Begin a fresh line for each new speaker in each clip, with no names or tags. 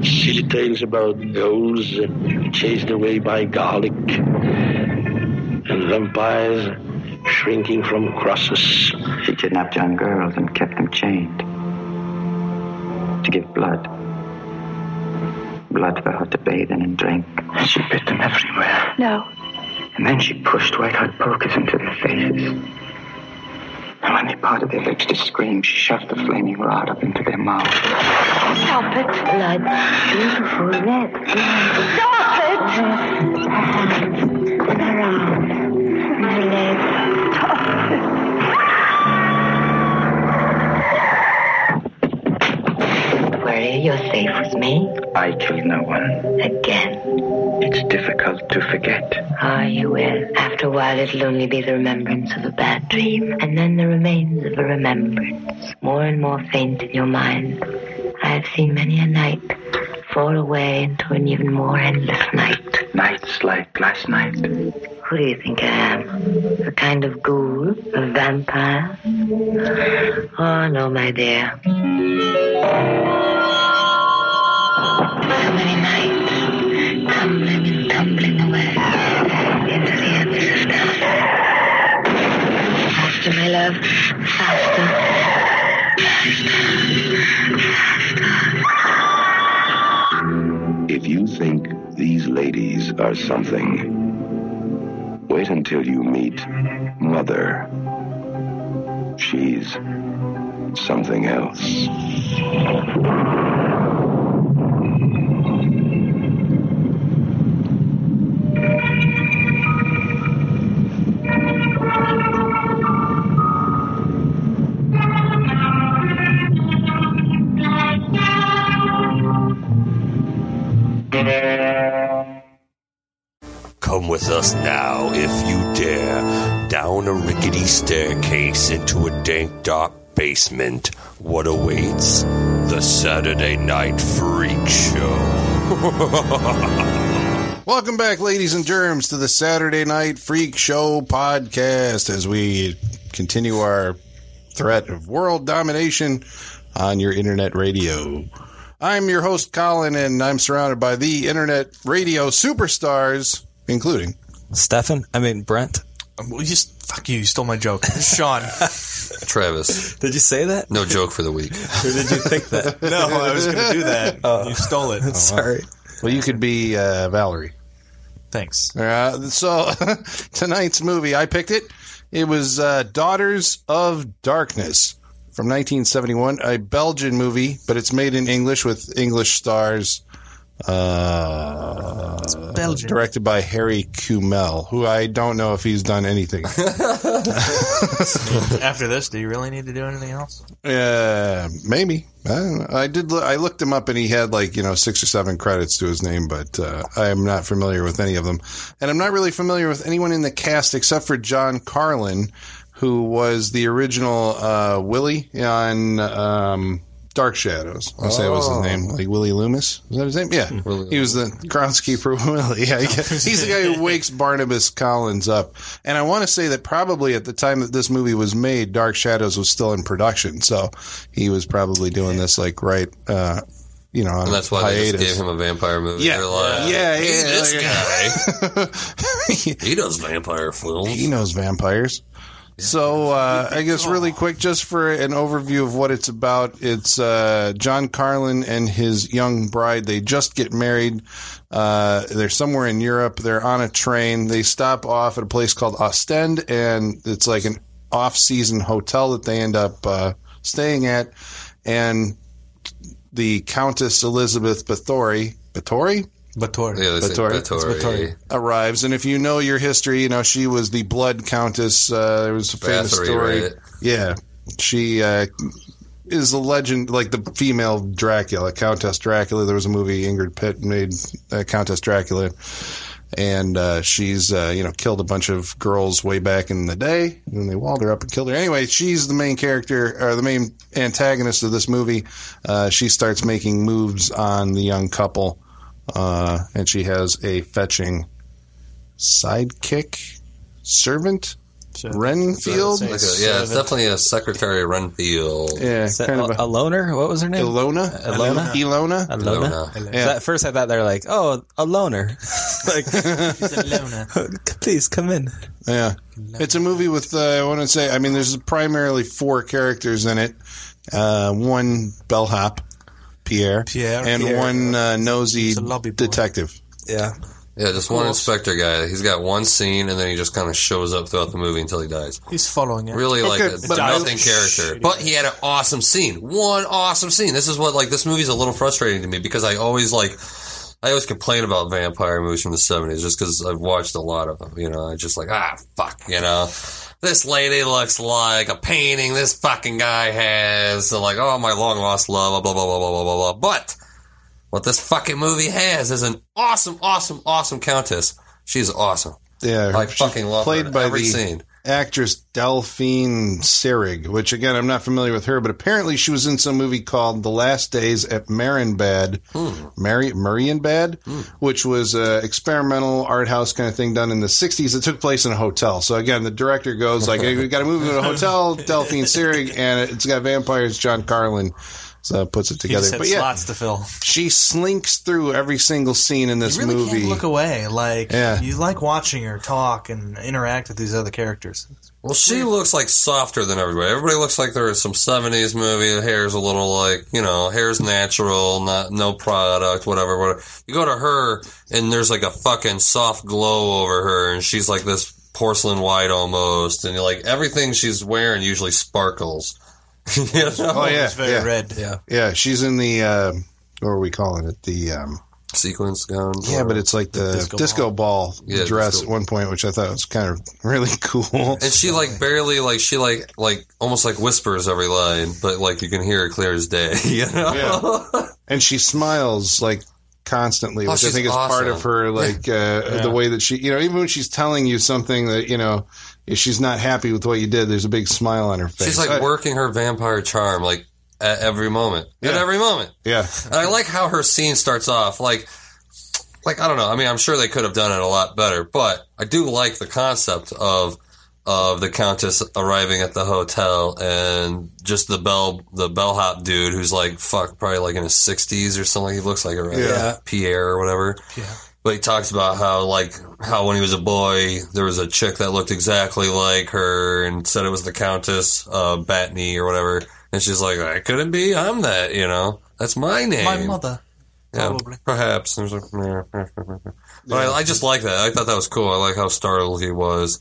these tales about ghouls chased away by garlic and vampires shrinking from crosses.
She kidnapped young girls and kept them chained to give blood. Blood for her to bathe in and drink.
And she bit them everywhere.
No.
And then she pushed white hot pokers into their faces. And when they parted their lips to scream, she shoved the flaming rod up into their mouths.
Stop it.
Blood. Beautiful red blood.
Stop it.
Her arms and her arms and her legs. Don't worry, you're safe with me
I killed no one.
again.
It's difficult to forget.
Ah, you will. After a while, it'll only be the remembrance of a bad dream, and then the remains of a remembrance, more and more faint in your mind. I have seen many a night fall away into an even more endless night.
Nights like last night.
Who do you think I am? A kind of ghoul? A vampire? Oh, no, my dear. So many nights, tumbling and tumbling away into the abyss of death. Faster, my love, faster.
If you think these ladies are something, wait until you meet Mother. She's something else.
Come with us now, if you dare, down a rickety staircase into a dank, dark basement. What awaits? The Saturday Night Freak Show.
Welcome back, ladies and germs, to the Saturday Night Freak Show podcast as we continue our threat of world domination on your internet radio. I'm your host, Colin, and I'm surrounded by the internet radio superstars, including.
Stefan, I mean Brent,
Um, Well, you just fuck you. You stole my joke, Sean.
Travis,
did you say that?
no joke for the week.
Or did you think that? Oh.
no, I was going to do that. You stole it.
Sorry.
Well, you could be uh, Valerie.
Thanks.
Uh, so tonight's movie, I picked it. It was uh, Daughters of Darkness from 1971, a Belgian movie, but it's made in English with English stars. Uh,
Belgian.
directed by Harry Kumel, who I don't know if he's done anything.
After this, do you really need to do anything else?
uh, maybe I don't know. I did. Look, I looked him up, and he had like you know six or seven credits to his name, but uh, I am not familiar with any of them, and I'm not really familiar with anyone in the cast except for John Carlin, who was the original uh, Willie on um, Dark Shadows. I say that was
Oh.
his name, like Willie Loomis. Is that his name?
Hmm.
Yeah, he was the groundskeeper Willie. Yeah, yeah. he's the guy who wakes Barnabas Collins up. And I want to say that probably at the time that this movie was made, Dark Shadows was still in production, so he was probably doing this like right, uh, you know, on
And that's why
hiatus.
they just gave him a vampire movie.
Yeah.
They're like,
Yeah,
"Hey,
yeah,
this
like-
guy. he does vampire films.
he knows vampires. So uh, I guess really quick, just for an overview of what it's about, it's uh, John Carlin and his young bride. They just get married. Uh, they're somewhere in Europe. They're on a train. They stop off at a place called Ostend, and it's like an off-season hotel that they end up uh, staying at. And the Countess Elizabeth Bathory, Bathory,
Bator.
Yeah, they say
Batory.
Batory.
arrives. And if you know your history, you know she was the Blood Countess. Uh, there was a famous
Bathory,
story.
right?
Yeah, she uh, is a legend, like the female Dracula, Countess Dracula. There was a movie Ingrid Pitt made, uh, Countess Dracula, and uh, she's uh, you know killed a bunch of girls way back in the day, and then they walled her up and killed her. Anyway, she's the main character or the main antagonist of this movie. Uh, she starts making moves on the young couple, uh, and she has a fetching sidekick servant. Renfield.
Like a- yeah, it's definitely a Secretary Renfield.
Yeah,
Is that kind of a- loner? What was her name?
Ilona.
Ilona.
Ilona.
Alona.
Alona.
Yeah.
At first, I thought they were like, "Oh, a loner." like, Please come in.
Yeah, it's a movie with uh, I want to say I mean there's primarily four characters in it. Uh, one bellhop, Pierre,
Pierre,
and
Pierre.
one uh, nosy detective.
Yeah.
Yeah, just one inspector guy. He's got one scene, and then he just kind of shows up throughout the movie until he dies.
He's following it.
Really like
Okay,
a
but-
nothing character, but he had an awesome scene. One awesome scene. This is what like this movie's a little frustrating to me because I always like I always complain about vampire movies from the seventies just because I've watched a lot of them. You know, I just like ah fuck. You know, this lady looks like a painting this fucking guy has. So like oh my long lost love. Blah blah blah blah blah blah blah. But what this fucking movie has is an awesome, awesome, awesome countess. She's awesome.
Yeah,
I
she's
fucking love her
played
in
by
every
the
scene.
actress Delphine Seyrig, which again I'm not familiar with her, but apparently she was in some movie called The Last Days at Marienbad,
Hmm.
Mary Marienbad, which was a experimental art house kind of thing done in the '60s. It took place in a hotel. So again, the director goes like, "Hey, "We got a movie in a hotel, Delphine Seyrig, and it's got vampires." John Carlin. So puts it
He
together,
just had
but yeah,
slots to fill.
she slinks through every single scene in this
You really
movie.
can't look away. Like
Yeah.
you like watching her talk and interact with these other characters.
Well, she looks like softer than everybody. Everybody looks like they're in some '70s movie. Hair's a little like you know, hair's natural, not no product, whatever. Whatever. You go to her, and there's like a fucking soft glow over her, and she's like this porcelain white almost, and like everything she's wearing usually sparkles. You know?
Oh yeah, yeah. Yeah, yeah. She's in the uh, what are we calling it? The um,
sequence gown.
Yeah,
or-
but it's like the, disco, ball,
Yeah,
dress
disco-
at one point, which I thought was kind of really cool.
And she like barely like she like like almost like whispers every line, but like you can hear it clear as day. You know?
Yeah. and she smiles like constantly,
Oh,
which I
she's
think is part
awesome.
of her like uh, the way that she, you know, even when she's telling you something that you know. If she's not happy with what you did, there's a big smile on her face. Uh,
She's like
I-
working her vampire charm like at every moment. At every moment.
Yeah.
And I like how her scene starts off like like I don't know. I mean, I'm sure they could have done it a lot better, but I do like the concept of of the countess arriving at the hotel and just the bell the bellhop dude who's like fuck probably like in his 60s or something. He looks like a
Yeah.
Pierre or whatever. But he talks about how, like, how when he was a boy, there was a chick that looked exactly like her and said it was the Countess uh, Batney or whatever. And she's like, I couldn't be. I'm that, you know. That's my name.
My mother.
Yeah,
probably.
perhaps. There's a- But I, I just like that. I thought that was cool. I like how startled he was.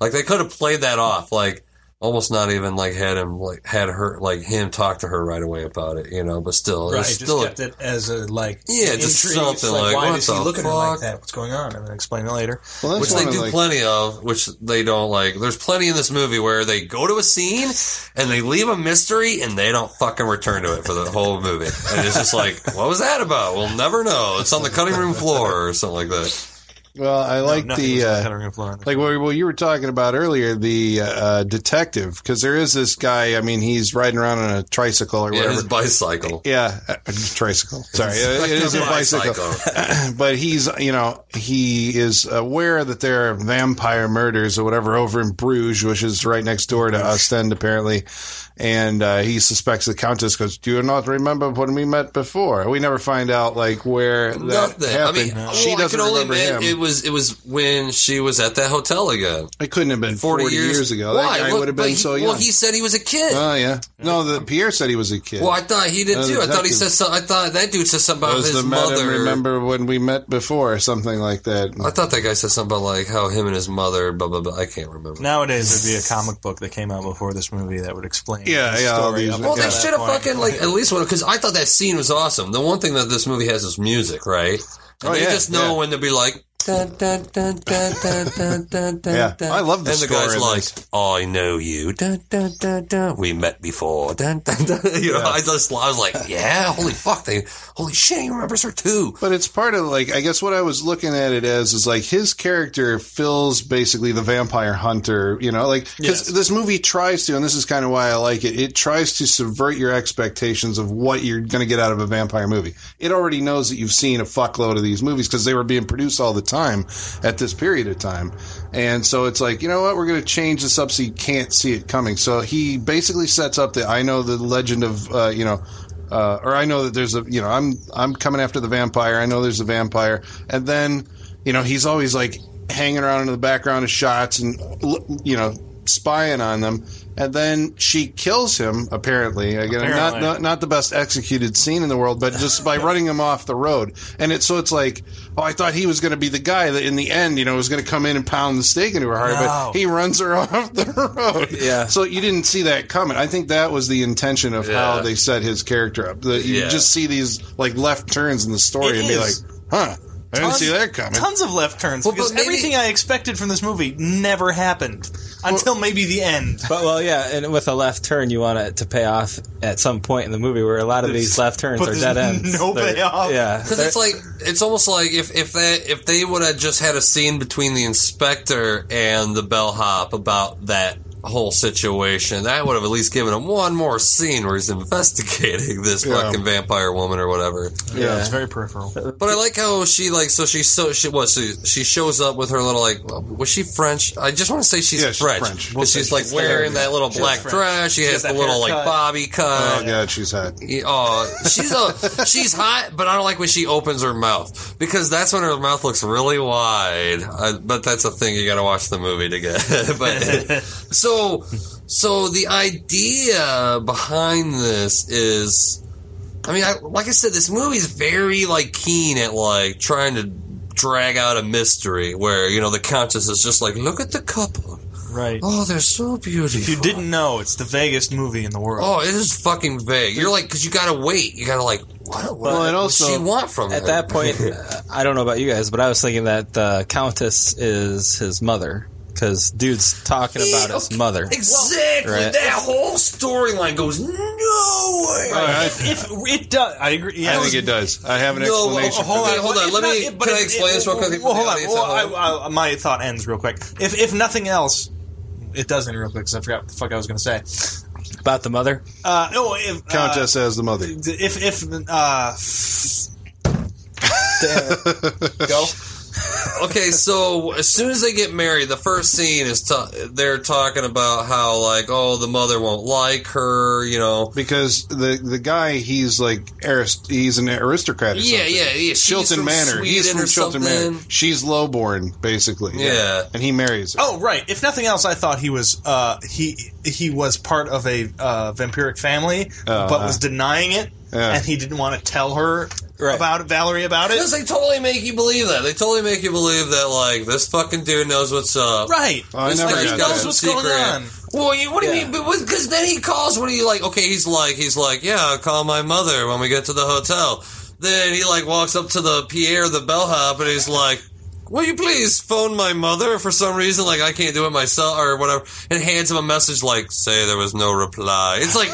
Like they could have played that off. Like almost not even like had him like had her like him talk to her right away about it. You know. But still,
Right,
it's
just
still
kept it as a like
Yeah,
an
just
intrigue. It's
something like,
why
what
does he
the
look at her like
fuck?
that? What's going on? And then explain it later.
which they do plenty of, which they don't like. There's plenty in this movie where they go to a scene and they leave a mystery and they don't fucking return to it for the whole movie. And it's just like, what was that about? We'll never know. It's on the cutting room floor or something like that.
Well, I like
nothing
the
was
uh,
better than Florida.
like what well, you were talking about earlier the uh, detective because there is this guy. I mean, he's riding around on a tricycle or
Yeah,
whatever.
his bicycle.
Yeah, uh, tricycle. Sorry, uh, it is a bicycle. but he's, you know, he is aware that there are vampire murders or whatever over in Bruges, which is right next door to Ostend, apparently. And uh, he suspects the Countess because, do you not remember when we met before? We never find out, like, where that
Nothing. I
happened.
mean, well,
she
I
doesn't
can only
remember him.
admit it was it was when she was at that hotel again.
It couldn't have been 40, years, ago.
Why?
That guy
Look,
would have
but
been
he-
so young.
Well, he said he was a kid.
oh, yeah. No, the Pierre said he was a kid.
well, I thought he did
Uh,
too. I thought he
detective.
said something. I thought that dude said something about
Does
his
the madam
mother. Oh,
remember when we met before or something like that?
I thought that guy said something about like how him and his mother, blah blah blah. I can't remember.
Nowadays, there'd be a comic book that came out before this movie that would explain.
Yeah,
the
yeah, all
Story
these-
up
Well,
until
they
that
should have
point.
fucking like at least one because I thought that scene was awesome. The one thing that this movie has is music, right? And
Oh,
they
yeah,
just know
yeah.
when to be like. Dun, dun, dun, dun, dun, dun, dun, dun,
Yeah,
dun.
I love the
And the
score
guy's
in
like, "I know you." Dun, dun, dun, dun. We met before. Dun, dun, dun. You know, I just I was like, "Yeah, holy fuck, they, holy shit, he remembers her too."
But it's part of like I guess what I was looking at it as is like his character fills basically the vampire hunter, you know, like because this movie tries to, and this is kind of why I like it. It tries to subvert your expectations of what you're going to get out of a vampire movie. It already knows that you've seen a fuckload of these movies because they were being produced all the time at this period of time. And so it's like, you know what? We're going to change this up so you can't see it coming. So he basically sets up the I know the legend of, uh, you know, uh, or I know that there's a, you know, I'm I'm coming after the vampire. I know there's a vampire, and then, you know, he's always like hanging around in the background of shots and, you know, spying on them. And then she kills him. Apparently, again,
Apparently.
not not not the best executed scene in the world, but just by running him off the road. And it's so it's like, oh, I thought he was going to be the guy that in the end, you know, was going to come in and pound the stake into her heart,
No.
but he runs her off the road. Yeah. So you didn't see that coming. I think that was the intention of how
Yeah.
they set his character up. That you
Yeah.
just see these like left turns in the story
It
and be
is.
like, huh, I didn't see that coming.
Tons of left turns because everything I expected from this movie never happened until maybe the end.
But well, yeah, and with a left turn, you want it to pay off at some point in the movie where a lot of these left turns are
but there's
dead ends.
no
They're-
payoff.
Yeah,
Because it's like it's almost like if if that if they would have just had a scene between the inspector and the bellhop about that whole situation, that would have at least given him one more scene where he's investigating this
Yeah.
fucking vampire woman or whatever.
it's very peripheral.
But I like how she like so she so she was so she shows up with her little like well, was she French? I just want to say she's
Yeah, she's
French.
French.
'Cause
We'll say
she's like
she's
wearing
French.
that little
She's
black
French.
dress. She,
She
has
has
the
that
little like
haircut.
bobby cut.
Oh god, she's hot.
Yeah, Oh, she's a, she's hot, but I don't like when she opens her mouth because that's when her mouth looks really wide. Uh, but that's a thing you got to watch the movie to get. but so so the idea behind this is, I mean, I, like I said, this movie's very like keen at like trying to drag out a mystery where you know the countess is just like, look at the couple.
Right.
Oh, they're so beautiful.
If you didn't know, it's the vaguest movie in the world.
Oh, it is fucking vague. You're like, because you gotta wait. You gotta like, what? What
Well, and
does
also-
she want from
Oh, at
her?
that point, I don't know about you guys, but I was thinking that the Countess is his mother because dude's talking
Eh,
about his mother.
exactly.
Right.
That whole storyline goes nowhere.
If, if it does, I agree. Yeah,
I think it does. I have an
No, well,
explanation.
hold
for
on,
that.
hold on.
If
Let me-
it- but
can
if-
I explain
it-
this real quick for
Well,
the
hold on.
audience
Well,
at
I, I, my thought ends real quick. If if nothing else, it does end real quick because I forgot what the fuck I was going to say
about the mother.
Uh, no, if, uh,
Countess as the mother.
if if uh,
go. okay, so as soon as they get married, the first scene is ta they're talking about how like, oh, the mother won't like her, you know,
because the the guy he's like arist- he's an aristocrat. Or
Yeah,
something.
yeah, yeah. She's
Chilton
from
Manor. he's
Sweden
from
or
Chilton Manor.
something.
She's lowborn, basically.
Yeah.
and he marries. her.
Oh right! If nothing else, I thought he was uh, he he was part of a uh, vampiric family,
Uh-huh.
but was denying it,
Yeah.
and he didn't want to tell her about it, Valerie about it.
Because they totally make you believe that. They totally make you believe that, like, this fucking dude knows what's up.
Right.
Oh, I This never fucking got knows that. what's going on. Well, you, what do you mean? Because then he calls when he, like, okay, he's like, he's like, yeah, I'll call my mother when we get to the hotel. Then he, like, walks up to the Pierre, the bellhop, and he's like, will you please phone my mother for some reason? Like, I can't do it myself or whatever. And hands him a message like, say there was no reply. It's like,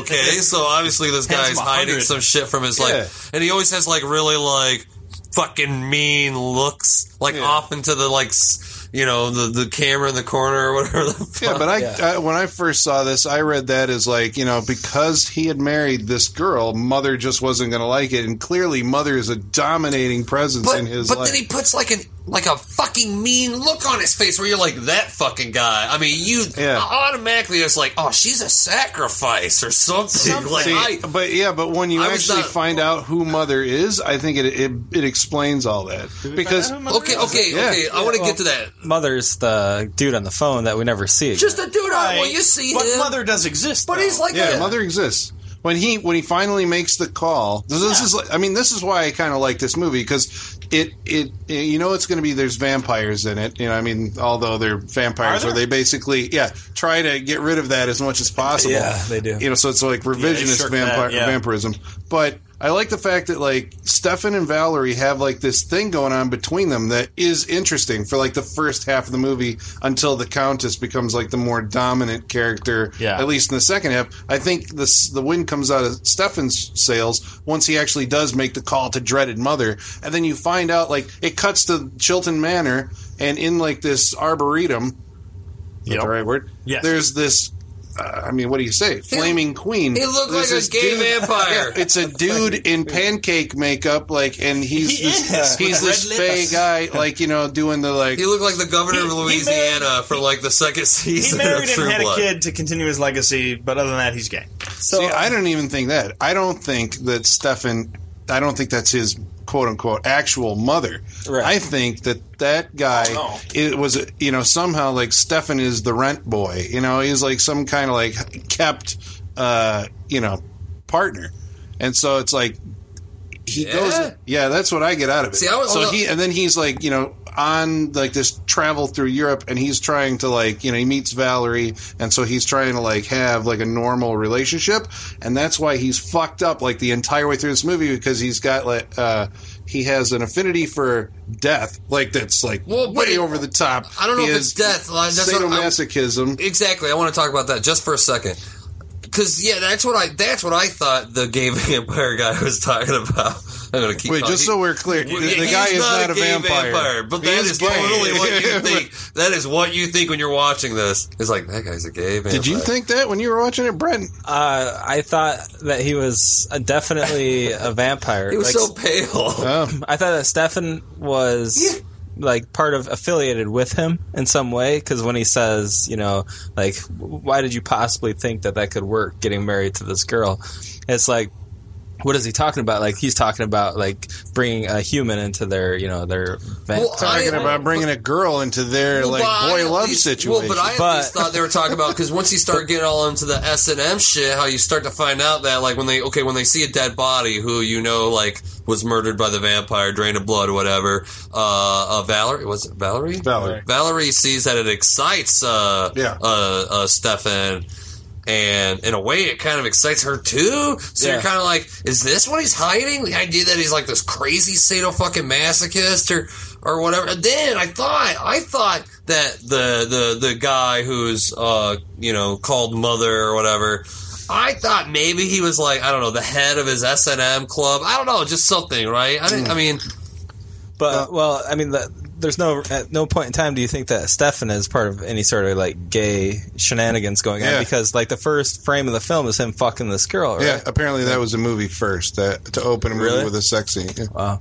okay, so obviously this
Hands
guy's
him a
hiding
hundred.
some shit from his, like,
Yeah.
and he always has, like, really, like, fucking mean looks, like, off into the, like, s- you know, the, the camera in the corner or whatever the fuck.
Yeah, but I, I when I first saw this, I read that as like you know because he had married this girl, mother just wasn't going to like it, and clearly mother is a dominating presence in his
but
life.
then he puts like an like a fucking mean look on his face where you're like that fucking guy. I mean, you automatically it's like, oh, she's a sacrifice or something. Like,
See,
I,
but yeah, but when you
I was
actually
not-
find out who mother is, I think it it, it explains all that because
okay, okay, okay, I want to get to that.
Mother's the uh, dude on the phone that we never see.
Just a dude. on Well,
Right.
you see
But
him.
mother does exist.
But he's like
yeah,
that.
mother exists. When he when he finally makes the call, this, this is like- I mean this is why I kind of like this movie because it, it it- you know it's going to be there's vampires in it. You know I mean although they're vampires
Are
where they basically yeah try to get rid of that as much as possible.
Yeah, they do.
You know so it's like revisionist
shirk that,
vampire
yeah.
vampirism. But I like the fact that like Stefan and Valerie have like this thing going on between them that is interesting for like the first half of the movie until the Countess becomes like the more dominant character.
Yeah.
At least in the second half, I think this the wind comes out of Stefan's sails once he actually does make the call to dreaded mother, and then you find out like it cuts to Chilton Manor and in like this arboretum. Is that the right word?
Yes.
There's this uh, I mean, what do you say? Flaming Queen.
He looked like
There's
a
this
gay vampire.
Yeah, it's a dude in pancake makeup, like, and he's this,
is,
he's
with
this
red
fey
lips.
guy, like you know, doing the like.
He looked like the governor of Louisiana for like the second
He
season of
married
True
and had
Blood.
a kid to continue his legacy, but other than that, he's gay.
So See,
uh,
I don't even think that. I don't think that Stefan. I don't think that's his quote unquote actual mother. I think that that guy
Oh,
it was you know somehow like Stefan is the rent boy. You know he's like some kind of like kept uh, you know partner, and so it's like he
Yeah?
goes. Yeah, that's what I get out of it.
See, I was-
so he and then he's like you know on like this travel through Europe and he's trying to like you know he meets Valerie and so he's trying to like have like a normal relationship and that's why he's fucked up like the entire way through this movie because he's got like uh he has an affinity for death like that's like
Well, but
way
it-
over the top
I don't know
He
if
is
it's death. Like, That's what I-
sadomasochism
Exactly. I want to talk about that just for a second. Cause yeah, that's what I that's what I thought the gay vampire guy was talking about. I'm gonna keep
wait
calling-
just so we're clear the,
Well,
the
he's
guy is not a,
gay
vampire.
but
He
that
is
is
gay.
totally what you think. That is what you think when you're watching this. It's like that guy's a gay vampire.
did you think that when you were watching it Brent
Uh, I thought that he was uh, definitely a vampire.
He was so pale.
I thought that Stefan was like part of affiliated with him in some way because when he says, you know, like, why did you possibly think that that could work getting married to this girl? It's like, what is he talking about? Like he's talking about like bringing a human into their, you know, their. Vamp-
talking about bringing a girl into their like
Well, I
boy
at
love
least-
situation.
Well, but I at least thought they were talking about because once you start getting all into the S and M shit, how you start to find out that like when they okay when they see a dead body who you know like was murdered by the vampire, drained of blood, whatever. Uh, uh Valerie was it Valerie?
Valerie.
Valerie sees that it excites uh
Yeah.
uh, uh Stefan. And in a way, it kind of excites her too. So
Yeah.
you're kind of like, is this what he's hiding? The idea that he's like this crazy sado fucking masochist or or whatever. And then I thought I thought that the the the guy who's uh you know called mother or whatever. I thought maybe he was like I don't know the head of his S and M club. I don't know, just something, right? I,
Hmm.
didn't, I mean, Uh,
But well, I mean, the, there's no at no point in time do you think that Stefan is part of any sort of like gay shenanigans going
Yeah.
on because like the first frame of the film is him fucking this girl. Right?
yeah, apparently that was a movie first that to open a movie
Really?
with a sex scene. Yeah.
Wow.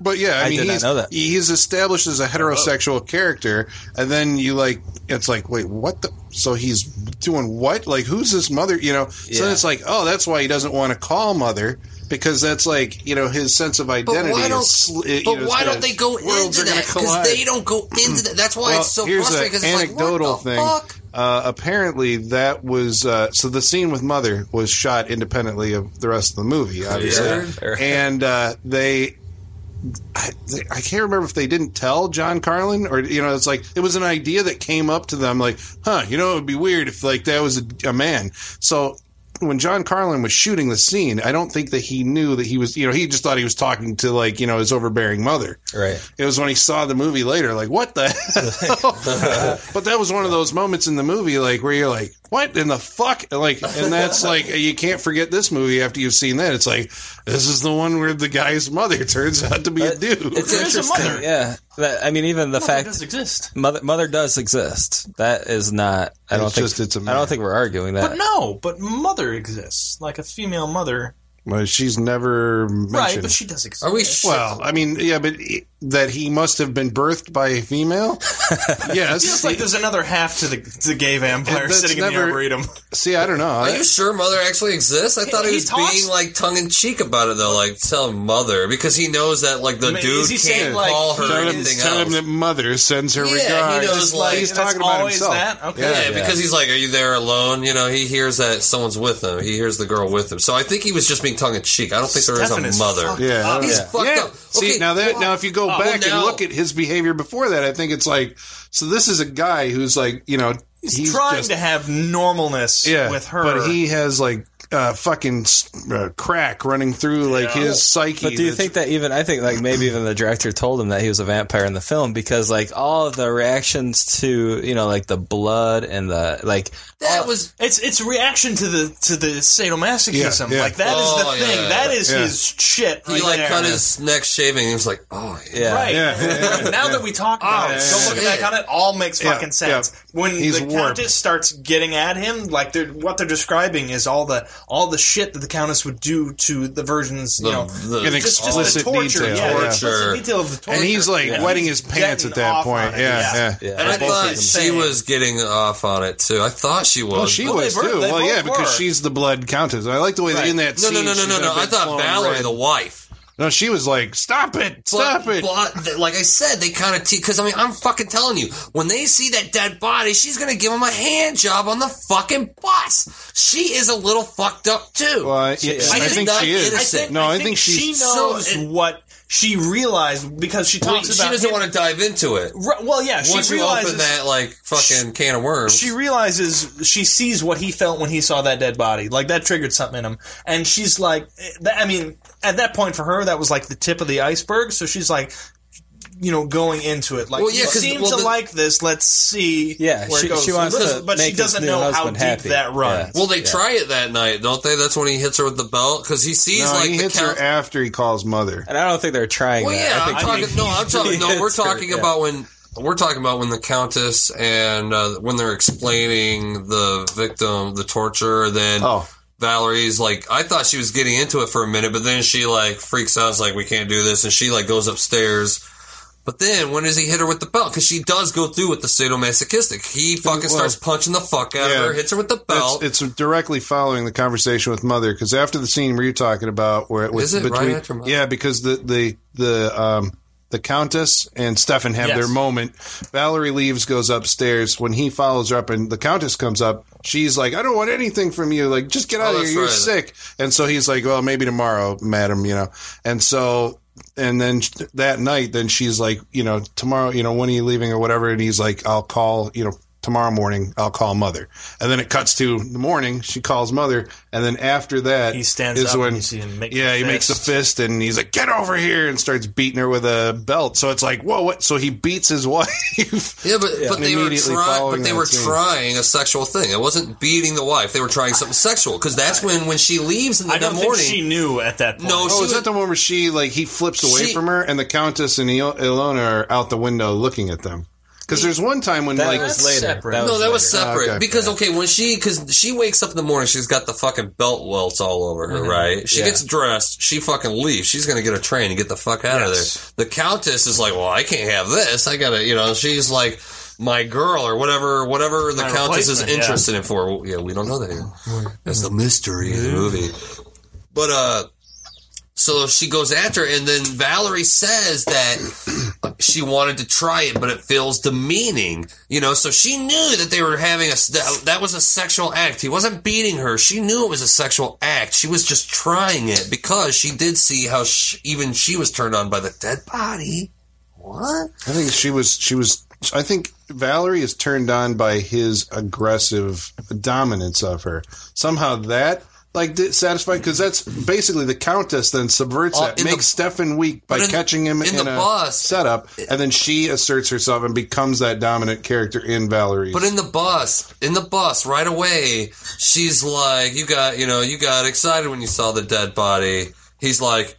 But yeah, I,
I
mean,
did not
he's,
know that.
he's established as a heterosexual
Oh.
character, and then you like, it's like, wait, what the? So he's doing what? Like, who's this mother? You know? So then
Yeah.
it's like, oh, that's why he doesn't want to call mother because that's like, you know, his sense of identity.
why don't-
is sl- you
but
know, is
why
gonna-
don't they go
worlds
into
are gonna
that? Because
collide.
they don't go into that. That's why
Well,
it's so
here's
frustrating.
an
Because it's
anecdotal
like, what the
thing.
fuck?
Uh, apparently, that was uh, so. The scene with mother was shot independently of the rest of the movie, obviously,
Yeah.
and uh, they. I, they, I can't remember if they didn't tell John Carlin or you know it's like it was an idea that came up to them like huh you know it would be weird if like that was a, a man so when John Carlin was shooting the scene I don't think that he knew that he was you know he just thought he was talking to like you know his overbearing mother
Right.
it was when he saw the movie later, like, what the hell? but that was one of those moments in the movie, like, where you're like, what in the fuck? And, Like, and that's like, you can't forget this movie after you've seen that. It's like, this is the one where the guy's mother turns out to be
Uh,
a dude.
It's
There's a
interesting.
mother.
Yeah. That, I mean, even the
Mother
fact
does exist.
mother mother does exist. That is not. I don't
It's
think
just it's a
I don't think we're arguing that.
But no, but mother exists, like a female mother,
Well, she's never
right?
mentioned.
But she does exist.
Are we? Sh-
well, I mean, yeah, but i- that he must have been birthed by a female? yes.
Feels like there's another half to the, to the gay vampire
And that's
sitting in the
never-
arboretum.
See, I don't know.
Are
I-
you sure Mother actually exists? I thought he,
He
was
talks-
being like tongue in cheek about it though, like tell Mother because he knows that like the
Ma- is
dude
he
can't
saying, like,
call
he
her
Tell him,
anything
tell him
else.
that mother sends her
Yeah, he
regards.
knows,
It's
like-
he's
And that's
talking about
always
himself.
that? Okay.
yeah,
Yeah.
because he's like, "Are you there alone?" You know, he hears that someone's with him. He hears the girl with him. So I think he was just being tongue in cheek. I don't think there is
Stefan is
a mother.
fucked
Yeah,
up.
He's
yeah.
fucked
Yeah.
up.
See
Okay,
now that
well-
now if you go
well,
back and
now-
look at his behavior before that, I think it's like so. This is a guy who's like you know
He's, trying
just-
to have normalness
yeah,
with her.
but he has like uh, fucking uh, crack running through like his psyche.
But do you
that's-
think that even I think like maybe even the director told him that he was a vampire in the film because like all of the reactions to you know like the blood and the like
that was
It's it's reaction to the to the sadomasochism.
Yeah, yeah.
Like that is
Oh,
the
yeah,
thing.
yeah,
that
yeah.
is
Yeah.
his shit.
he
right
like
there.
cut his neck shaving. He was like, "Oh, yeah."
yeah
Right.
Yeah, yeah, yeah,
now
yeah.
that we talk about it,
yeah,
so looking
yeah.
Ah, back on it, all makes
Yeah,
fucking
yeah.
sense. when
He's
the
warped.
countess starts getting at him, like they're, what they're describing is all the all the shit that the countess would do to the virgins. You
The-
know,
the-
just-
An
just,
explicit
the torture,
detail,
yeah,
yeah.
the explicit detail of the torture.
And he's like
Yeah.
wetting his pants at
getting
that
off
point.
on it,
Yeah, yeah.
And I thought she was getting off on it too. I thought she was.
Well, she was too. Well, yeah, because she's the blood countess. I like the way that in that
no,
scene.
no, no, no,
she's
no,
got
no.
a
I
big
thought
flowing
Valerie,
red-
the wife.
No, she was like, "Stop it! Stop it!"
But, th- like I said, they kind of because I mean I'm fucking telling you, when they see that dead body, she's gonna give him a hand job on the fucking bus. She is a little fucked up too.
Well,
She
yeah,
is
I think
not
she is.
innocent.
I think- No, I I think think she's-
she knows
So,
what she realized because she
well,
talks
she
about.
doesn't
him-
want to dive into it.
Right, well, yeah, she
Once you
realizes
open that like fucking can of worms,
she realizes she sees what he felt when he saw that dead body. Like that triggered something in him, and she's like, eh, that, I mean, at that point for her, that was like the tip of the iceberg. So she's like, you know, going into it, like,
Well, yeah,
you
'cause-
seem
well,
to
the-
like this. Let's see,
Yeah,
where
she-
it goes.
she wants
Listen,
to
but
make
she
his
doesn't
new
know how
husband
deep
happy.
that runs.
Well, they try it that night, don't they? That's when he hits her with the belt because he sees
no,
like
he
the
hits
count.
her after he calls mother.
And I don't think they're trying.
Well,
that.
yeah,
I
I'm
think
talking. no, I'm talking. No, we're
It's her,
talking
yeah.
about when we're talking about when the countess and uh, when they're explaining the victim, the torture. Then
Oh.
Valerie's like, I thought she was getting into it for a minute, but then she like freaks out, is like, we can't do this, and she like goes upstairs. But then, when does he hit her with the belt? Because she does go through with the sadomasochistic. He fucking
Well-
starts punching the fuck out of her, hits her with the belt.
It's, it's directly following the conversation with mother because after the scene we were talking about where it was
Is it right
between,
after Mother?
yeah, because the the the um the countess and Stefan have
Yes.
their moment. Valerie leaves, goes upstairs. When he follows her up, and the countess comes up, she's like, "I don't want anything from you. Like, just get
Oh,
out of
that's
here. You're
right.
sick." And so he's like, "Well, maybe tomorrow, madam." You know, and so. And then sh- that night, then she's like, you know, tomorrow, you know, when are you leaving or whatever? And he's like, I'll call, you know, tomorrow morning I'll call mother. And then it cuts to the morning. She calls mother, and then after that
He stands
is
up
when
and you see him make
yeah
the
he makes a
fist.
fist and he's like get over here and starts beating her with a belt. So it's like whoa what? So he beats his wife.
Yeah, but, but
And
they were
immediately
trying.
following
But they
that
were
scene.
trying a sexual thing. It wasn't beating the wife. They were trying something sexual because that's when when she leaves in the
I don't
morning.
think she knew at that point.
No,
Oh,
she
is that
was,
the one where she like he flips away
She-
from her, and the Countess and Il- Ilona are out the window looking at them? Because there's one time when
That
like
was later.
separate.
no, that was
later.
separate
Oh, okay.
because okay, when she because she wakes up in the morning, she's got the fucking belt welts all over
Mm-hmm.
her. Right? She
Yeah.
gets dressed. She fucking leaves. She's gonna get a train and get the fuck out of there. The countess is like, well, I can't have this. I gotta, you know. She's like. My girl, or whatever, whatever the
My
countess is
replacement, yeah.
interested in for. Well, yeah, we don't know that here. That's the mystery
Mm-hmm.
of the movie. But uh so she goes after her, and then Valerie says that she wanted to try it, but it feels demeaning. You know, so she knew that they were having a that, that was a sexual act. He wasn't beating her. She knew it was a sexual act. She was just trying it because she did see how she, even she was turned on by the dead body. What?
I think she was she was I think Valerie is turned on by his aggressive dominance of her. Somehow that like did- satisfied because that's basically the countess then subverts
Uh,
that
in the-
makes Stefan weak by
but in-
catching him
in
in,
the
a
bus-
setup and then she asserts herself and becomes that dominant character in Valerie.
But in the bus, in the bus, right away, she's like, "You got, you know, you got excited when you saw the dead body." He's like,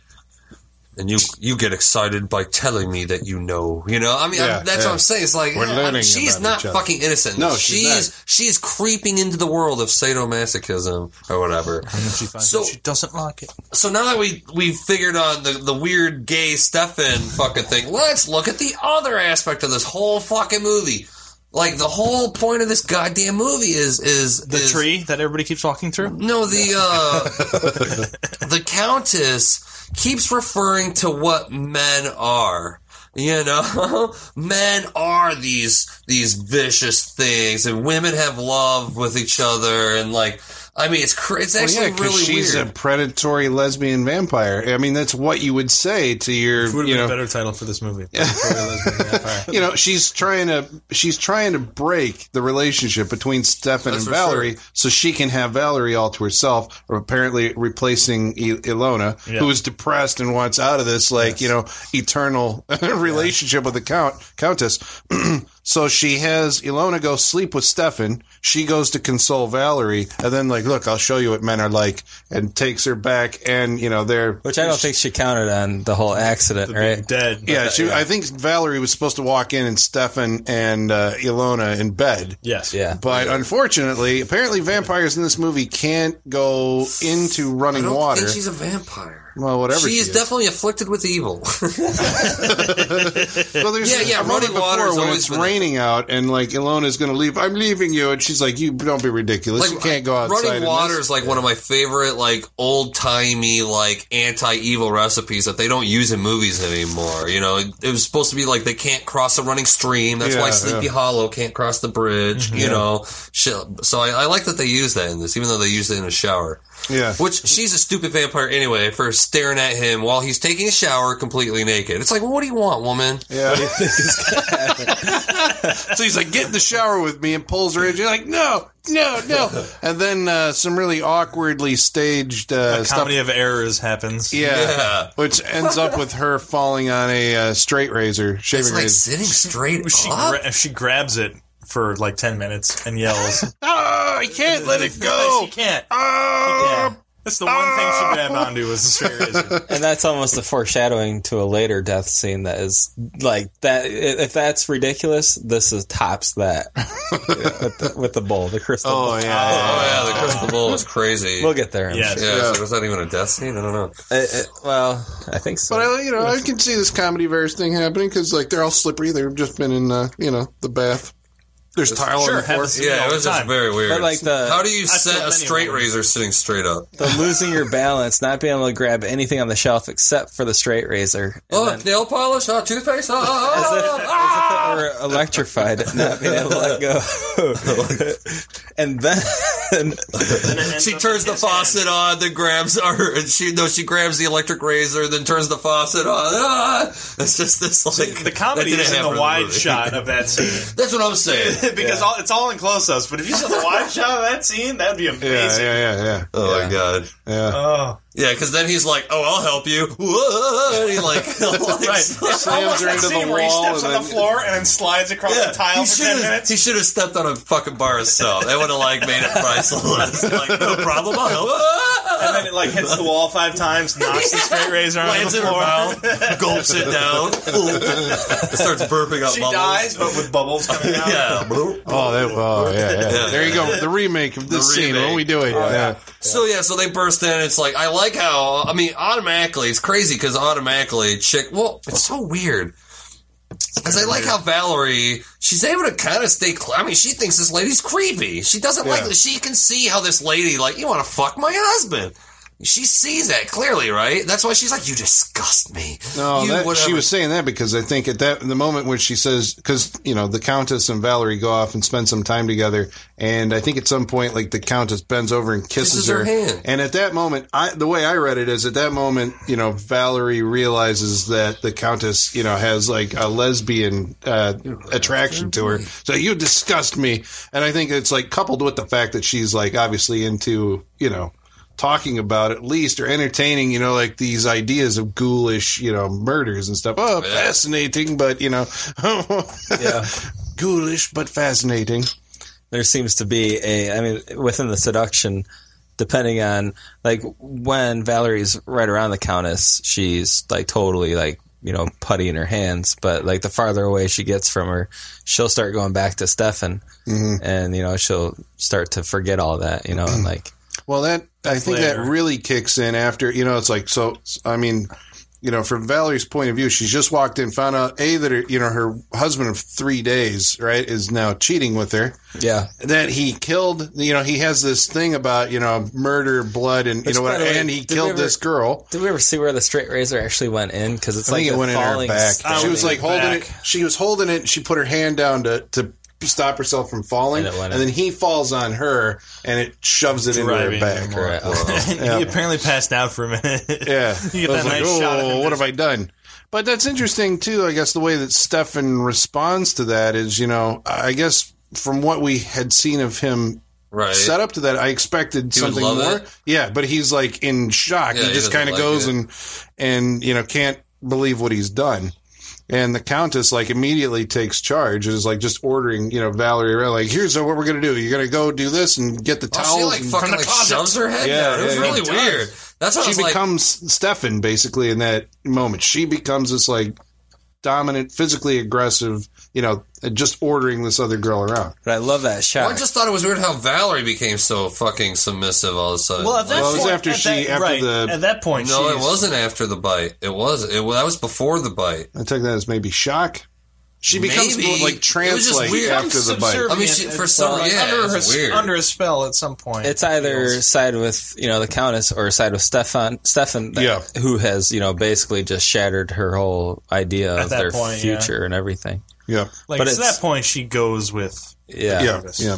"And you, you get excited by telling me that you know, you know." I mean, I'm-
Yeah,
that's
yeah.
what I'm saying. It's like
We're
yeah, I'm-
learning
she's
about
not
each other.
fucking innocent.
No, she's
she's she's, creeping into the world of sadomasochism or whatever.
she finds
So-
out Uh, she doesn't like it.
So now that we we figured on the the weird gay Stefan fucking thing, let's look at the other aspect of this whole fucking movie. Like the whole point of this goddamn movie is is
The
is-
tree that everybody keeps walking through.
No, the uh, the countess keeps referring to what men are. You know, men are these these vicious things, and women have love with each other, and like, I mean, it's cra- it's
Well,
actually
yeah, 'cause
really
she's
weird.
a predatory lesbian vampire. I mean, that's what you would say to your,
Would
you
have been a
know,
better title for this movie. Yeah.
you know she's trying to she's trying to break the relationship between Stefan
That's for
and
sure.
Valerie so she can have Valerie all to herself or apparently replacing I- Ilona who is depressed and wants out of this like you know eternal relationship with the count countess So she has Ilona go sleep with Stefan. She goes to console Valerie, and then like, look, I'll show you what men are like, and takes her back, and you know they're
Which I don't think she counted on the whole accident, right?
Dead.
yeah, she, I think Valerie was supposed to walk in and Stefan and uh, Ilona in bed.
Yes.
Yeah.
But unfortunately, apparently vampires in this movie can't go into
I
running
don't
water.
think she's a vampire.
well, whatever.
she is definitely afflicted with evil.
Well, there's
Yeah, yeah,
a moment
running water
before
is
when
always
it's
with it.
raining out and like Ilona's going to leave. I'm leaving you, and she's like, "You don't be ridiculous. you can't go outside." in
Running
this."
water is like one of my favorite, like old timey, like anti evil recipes that they don't use in movies anymore. You know, it, it was supposed to be like they can't cross a running stream. That's why
Yeah,
Sleepy
yeah. Mm-hmm.
Hollow can't cross the bridge. You know, shit. So I, I like that they use that in this, even though they used it in a shower.
Yeah.
Which she's a stupid vampire anyway for staring at him while he's taking a shower completely naked. It's like, well, what do you want, woman?
Yeah. so he's like, get in the shower with me and pulls her in. She's like, no, no, no. And then uh, some really awkwardly staged uh, stuff.
Comedy of errors happens.
Yeah.
Yeah.
Which ends up with her falling on a uh, straight razor, shaving
It's like
razor.
sitting straight
She
up.
gra- she grabs it for like ten minutes and yells.
Oh, I can't let it go.
she can't.
Ah!
Yeah. That's the one thing she grabbed onto was the straight razor.
And that's almost a foreshadowing to a later death scene that is like that. i- If that's ridiculous, this is tops that with, the, with the bowl, the crystal.
Oh,
bowl.
yeah.
Oh yeah, the crystal bowl was crazy.
We'll get there. I'm
Yeah.
sure.
Yeah, it's like, was that even a death scene? I don't know.
Uh, uh, well, I think so.
But I, you know, I can see this comedy verse thing happening because like they're all slippery. They've just been in, uh, you know, the bath. There's tile on
Sure,
the floor.
happens.
Yeah,
all
it
the
was just
time.
very weird.
But, like, the-
how do you
I've
set
seen many
a
of
straight
them.
razor sitting straight up?
the losing your balance, not being able to grab anything on the shelf except for the straight razor. And
Oh,
then-
nail polish, oh, toothpaste, oh, oh,
as if,
oh,
as if it were electrified, not being able to let go. and then,
oh. She turns the faucet on, then grabs her. And she no, she grabs the electric razor, then turns the faucet on. Ah! It's just this like
The comedy
that didn't
is in
happen
the wide
movie.
shot of that scene
That's what I'm saying.
because all, it's all in close-ups. But if you saw the wide shot of that scene, that would be amazing.
Yeah, yeah, yeah, yeah.
Oh my god.
yeah.
Oh,
Yeah, because then he's like, "Oh, I'll help you." Whoa, and he like, like
right.
slams
It's almost
her
that
into the
scene where he
wall
steps
and
on the
then-
floor and then slides across the tile
he
for ten
should've-
minutes.
He should have stepped on a fucking bar of soap. That would have like made it Ah! priceless. like no problem. I'll help.
and then it like hits the wall five times, knocks the straight razor on
Lands
the
in her
floor.
mouth, gulps it down, starts burping up
She
bubbles.
dies, but with bubbles coming out.
Yeah.
Oh, that, oh yeah, yeah.
Yeah.
There you go. The remake of this
The
scene.
remake.
When we do it, yeah.
So yeah, so they burst in. It's like I like how I mean automatically. It's crazy because automatically chick. Well, it's so weird. Because I like how Valerie, she's able to kind of stay. Cl- I mean, she thinks this lady's creepy. She doesn't like.
Yeah.
She can see how this lady like you want to fuck my husband. She sees that clearly, right? That's why she's like, "You disgust me."
No,
you,
that, she
whatever."
was saying that because I think at that the moment when she says because you know the Countess and Valerie go off and spend some time together, and I think at some point like the Countess bends over and kisses,
Kisses her hand.
and at that moment, I the way I read it is at that moment you know Valerie realizes that the Countess you know has like a lesbian uh, attraction to her, so you disgust me, and I think it's like coupled with the fact that she's like obviously into you know talking about at least or entertaining, you know, like these ideas of ghoulish, you know, murders and stuff. Oh, fascinating, but you know,
yeah,
ghoulish but fascinating.
there seems to be a. I mean, within the seduction, depending on like when Valerie's right around the Countess, she's like totally like you know putty in her hands. But like the farther away she gets from her, she'll start going back to Stefan, and you know she'll start to forget all that. You know, and like
Well, that I think that really kicks in after you know it's like so. I mean, you know, from Valerie's point of view, she's just walked in, found out a that her, you know her husband of three days right is now cheating with her.
yeah,
That he killed, you know, he has this thing about you know murder, blood, and
Which,
you know
by
what,
the way,
and he
did we
killed
ever-
this girl.
Did we ever see where the straight razor actually went in? Because it's
I
like
think
a
it went in her
falling
back.
stone.
She was like holding
back.
it. She was holding it. And she put her hand down to to stop herself from falling,
And it
and,
went
then
in.
he falls on her, and it shoves it
Driving
into her back.
him
Right.
Yeah.
He apparently passed out for a minute.
Yeah,
You get
I was
that nice shot of him
"Oh, what
just-
have I done? But that's interesting too. I guess the way that Stefan responds to that is, you know, I guess from what we had seen of him
right.
set up to that. I expected
He would
something
love
more.
it?
Yeah, but he's like in shock.
Yeah,
he,
he
just
doesn't
kind of
like
goes
it.
and and you know can't believe what he's done. And the Countess like immediately takes charge and is like just ordering, you know, Valerie around, like, here's what we're gonna do. You're gonna go do this and get the
Oh,
towels
she like
and
fucking
from the
like
closet."
shoves her head
Yeah,
down. It was
yeah,
really
yeah.
weird. That's what I
she
was like.
becomes Stefan basically in that moment. She becomes this like dominant, physically aggressive, you know, just ordering this other girl around.
But I love that shot.
Well, I just thought it was weird how Valerie became so fucking submissive all of a sudden.
Well, at that
Well, it was
point,
after
at
she-
that,
after
right,
the-
at that point,
no, it
she's-
wasn't after the bite. It was. It that was before the bite.
I take that as maybe shock. She becomes
Maybe.
more, like
It was
trance
just
like
weird.
after the bite.
I mean, she-
Subservient
for
at-
some-
like,
yeah,
under,
it's
her, s-
weird.
under a spell at some point.
It's either side with you know the Countess or side with Stefan Stefan, that-
Yeah.
who has you know basically just shattered her whole idea
At
of
that
their
point, yeah.
future and everything.
Yeah.
like
but
at
it's-
that point she goes with
Yeah.
Yeah. Yeah.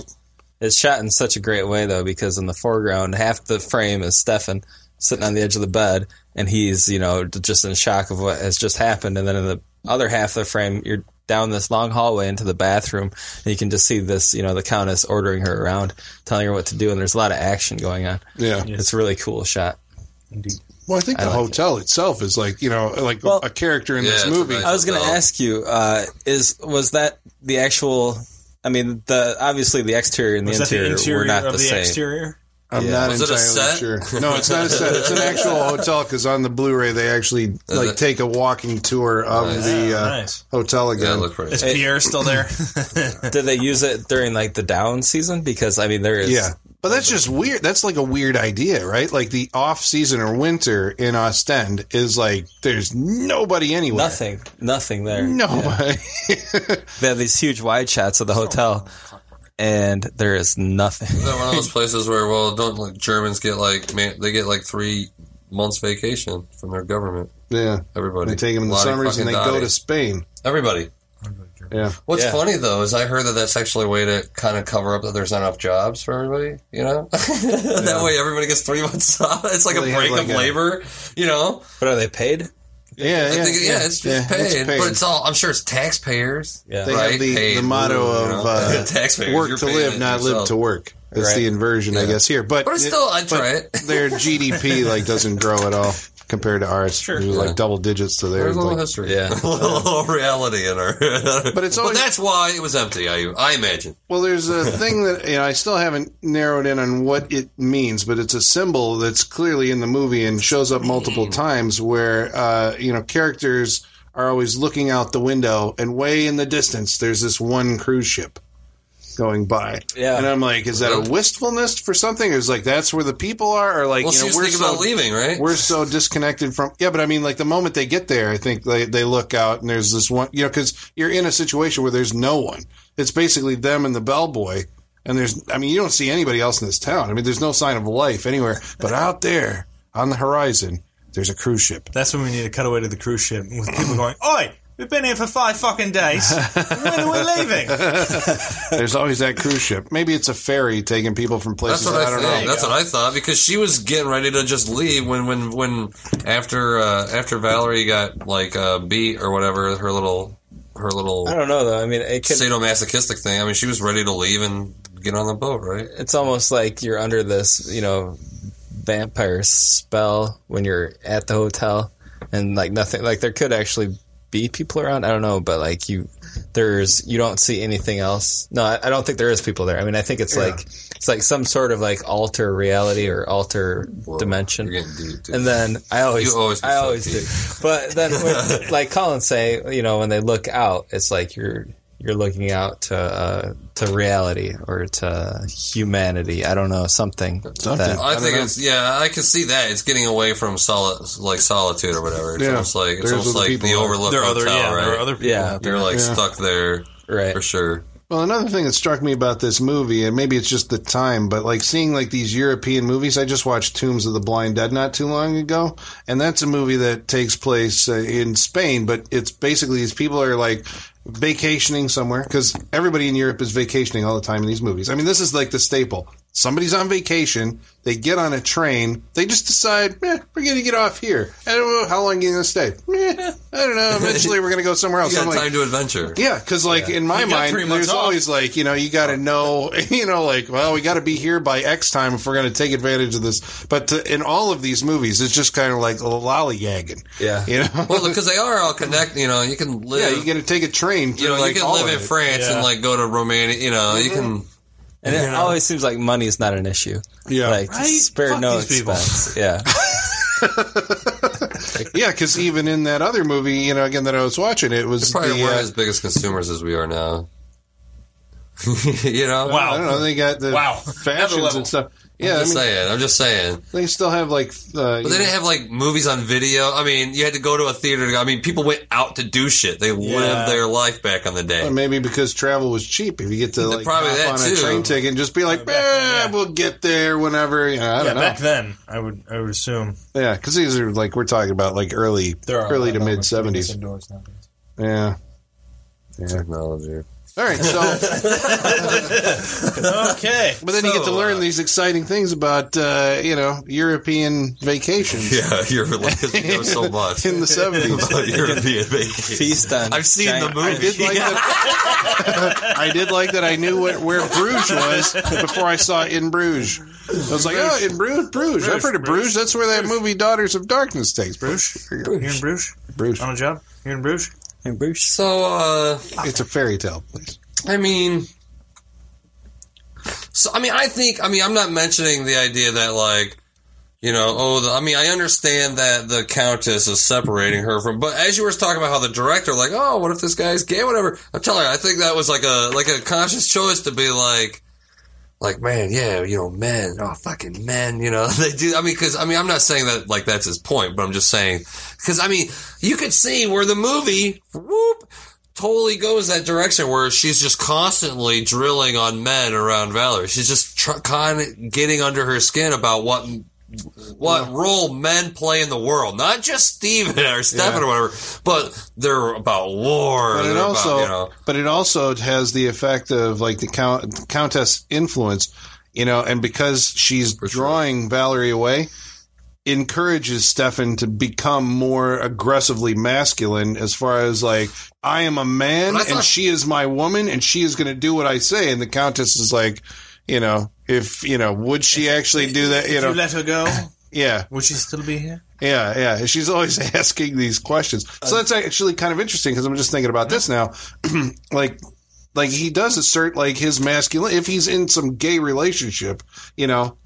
it's shot in such a great way though because in the foreground half the frame is Stefan sitting on the edge of the bed and he's you know d- just in shock of what has just happened, and then in the other half of the frame you're down this long hallway into the bathroom and you can just see this you know the Countess ordering her around, telling her what to do, and there's a lot of action going on.
Yeah.
It's a really cool shot.
Well, I think the
like
hotel itself is like, you know, like
Well-
a character in
Yeah,
this
it's a
movie.
nice-
I was going to
hotel.
ask you: uh, is was that the actual? I mean, the obviously the exterior and the
was that
interior,
the interior
were not
of
the,
the,
same.
exterior?
I'm
Yeah.
not
Was it a set?
entirely sure. No, it's not a set. It's an actual hotel because on the Blu-ray they actually like
it?
take a walking tour of
Nice.
the
Yeah,
uh,
Oh, nice.
hotel again.
Yeah, it looked pretty.
Is Pierre still there?
Did they use it during like the down season? Because I mean, there is
Yeah. But that's just weird. That's like a weird idea, right? Like the off season or winter in Ostend is like there's nobody anywhere.
nothing, nothing there.
Nobody.
They have these huge wide shots of the hotel, and there is nothing.
Is that one of those places where well, don't like Germans get like man, they get like three months vacation from their government.
Yeah.
Everybody
They take them in the
Lottie
summers and they
fucking
go
Dottie.
to Spain.
everybody.
Yeah.
What's
Yeah.
funny though is I heard that that's actually a way to kind of cover up that there's not enough jobs for everybody. You know, that way everybody gets three months off. It's like
Well, they
a
have,
break
like,
of
a-
labor. You know,
But are they paid?
Yeah.
I
Yeah.
think, yeah, it's, just paid, but it's all. I'm sure it's taxpayers.
Yeah.
they
right,
have the,
paid,
the motto
you know?
of uh,
Taxpayers,
work
you're
to
paying
live,
it
not live
yourself.
to work. It's
Right.
the inversion, I
Yeah.
guess, here. But,
But it's still, I'd
but
try it.
their GDP like doesn't grow at all compared to ours.
Sure.
It was
Yeah.
like double digits to theirs.
There's a little
like-
history,
Yeah.
a little reality in her. but
it's always-
that's why it was empty. I I imagine.
Well, there's a thing that you know I still haven't narrowed in on what it means, but it's a symbol that's clearly in the movie and shows up multiple times where uh, you know characters are always looking out the window and way in the distance there's this one cruise ship going by.
Yeah.
And I'm like, is that a wistfulness for something? Or is like that's where the people are or like
Well,
you
she
know
was
we're
thinking
so
about leaving, right?
we're so disconnected from yeah but i mean like the moment they get there i think they, they look out and there's this one you know because you're in a situation where there's no one it's basically them and the bellboy and there's i mean you don't see anybody else in this town i mean there's no sign of life anywhere but out there on the horizon there's a cruise ship
That's when we need to cut away to the cruise ship with people going, "Oi, we've been here for five fucking days. When are we leaving?"
there's always that cruise ship maybe it's a ferry taking people from places
That's what I,
that I, don't
thought.
know
That's what I thought because she was getting ready to just leave when when when after uh, after Valerie got like uh, beat or whatever her little her
I
little
don't know though. I mean, it could,
sadomasochistic thing. I mean, she was ready to leave and get on the boat, right?
it's almost like you're under this, you know, vampire spell when you're at the hotel, and like nothing. Like there could actually be people around. I don't know, but like you, there's you don't see anything else. No, I, I don't think there is people there. I mean, I think it's like it's like some sort of like alter reality or alter dimension.
You're getting deep, dude.
And then I always,
You always get
I
so
always
deep.
do. But then, when, like Colin say, you know, when they look out, it's like you're you're looking out to uh, to reality or to humanity. I don't know something.
Something.
that-
I
I
don't
think
know.
it's yeah, I can see that it's getting away from solid like solitude or whatever. It's
Yeah.
almost like it's
There's
almost
other
like
people
the
out there.
overlook
there are
hotel,
other, yeah,
right?
there are other people.
Yeah.
out there.
You're like
Yeah.
stuck there
right.
for sure.
Well, another thing that struck me about this movie, and maybe it's just the time, but like seeing like these European movies, I just watched Tombs of the Blind Dead not too long ago, and that's a movie that takes place uh, in Spain, but it's basically these people are like vacationing somewhere because everybody in Europe is vacationing all the time in these movies. I mean, this is like the staple. Somebody's on vacation. They get on a train. They just decide, eh, we're going to get off here. I don't know how long you're going to stay. Eh, I don't know. Eventually, we're going to go somewhere else.
You got
I'm like,
time to adventure.
yeah, because like in my
You got
mind,
three months
there's
off. Oh.
always like you know you got to know you know like well we got to be here by X time if we're going to take advantage of this. But to, in all of these movies, it's just kind of like lollygagging.
Yeah,
you know.
Well, because they are all connected. You know, you can live.
yeah, you're going to take a train.
you know,
through, like,
you can
all
live
of
in
it.
France
Yeah.
and like go to Romania. You know, you can.
and it always seems like money is not an issue.
Yeah.
like to
Right?
spare
Fuck
no
these people.
expense. Yeah,
Yeah, because even in that other movie, you know, again that I was watching, it was
Probably
the.
weren't
uh,
as big as consumers as we are now. you know,
Wow.
I don't know. They got the
Wow. Another
fashions
level.
and stuff.
I'm
Yeah, I
just
mean,
saying. I'm just saying.
they still have like. Uh,
But they didn't have like movies on video. I mean, you had to go to a theater. to go- I mean, people went out to do shit. They lived their life back on the day.
Or maybe because travel was cheap, if you get to like
probably
hop
that,
on a
too.
train ticket and just be like, "Eh, we'll get there whenever. You know, I
Yeah,
don't
back
know.
then, I would I would assume
Yeah, because these are like we're talking about like early,
there are
early
a
to
lot of
mid seventies.
indoors nowadays.
Yeah. Yeah.
Technology.
All right. So,
Okay,
but then you get to
So,
learn
uh,
these exciting things about uh, you know European vacations
Yeah, you're like, because we know so much.
in the seventies.
about European vacations.
feast on.
I've seen
giant-
the movie.
I did like that. I did like that. I knew what, where Bruges was before I saw In Bruges. I was like, oh, in Bruges, Bruges. I've heard of Bruges. That's where that movie Daughters of Darkness takes. Bruges,
here in Bruges
Bruges.
on a job. Here in Bruges.
And Bruce.
So, uh,
It's a fairy tale place.
I mean, so I mean, I think I mean I'm not mentioning the idea that like, you know, oh, the, I mean, I understand that the Countess is separating her from, but as you were talking about how the director, like, oh, what if this guy's gay, whatever. I'm telling you, I think that was like a like a conscious choice to be like. Like man, yeah, you know, men, oh fucking men, you know, they do. I mean, because I mean, I'm not saying that like that's his point, but I'm just saying because I mean, you could see where the movie, whoop, totally goes that direction where she's just constantly drilling on men around Valerie. She's just tr- kind of getting under her skin about what what role men play in the world, not just Steven or Stefan or whatever, but they're about war.
But it
they're about,
also,
you know,
but it also has the effect of like the count, countess influence, you know, and because she's
sure.
drawing Valerie away, encourages Stefan to become more aggressively masculine as far as like I am a man
But I
and
thought-
she is my woman and she is going to do what I say, and the countess is like, you know, if you know, would she actually do that? You
If you
know,
let her go,
yeah.
would she still be here?
Yeah, yeah. And She's always asking these questions. So that's actually kind of interesting because I'm just thinking about this now. like, like he does assert like his masculine if he's in some gay relationship, you know.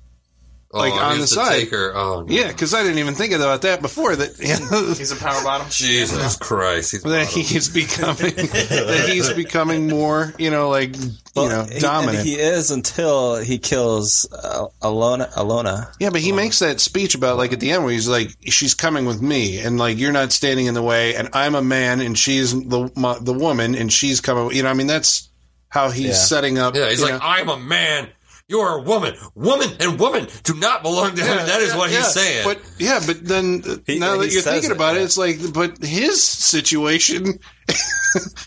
like,
oh, he
on
has
the
to
side.
take her- oh, no.
Yeah, because I didn't even think about that before. That you know,
He's a power bottom.
Jesus Christ, he's
that
bottom.
he's becoming that he's becoming more, you know, like you know,
he- and
dominant.
He, is until he kills uh, Alona. Alona.
Yeah, but he makes that speech about like at the end where he's like, "She's coming with me, and like you're not standing in the way, and I'm a man, and she's the my, the woman, and she's coming." You know, I mean, that's how he's
Yeah.
setting up.
Yeah, he's
you
like, "Oh,
know.
I'm a man. You are a woman. Woman and woman do not belong to him. that is what
Yeah,
he's saying.
But yeah, but then uh,
He-
now
he
that you're
says
thinking
it,
about it,
yeah.
it's like, but his situation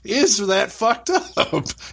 is that fucked up,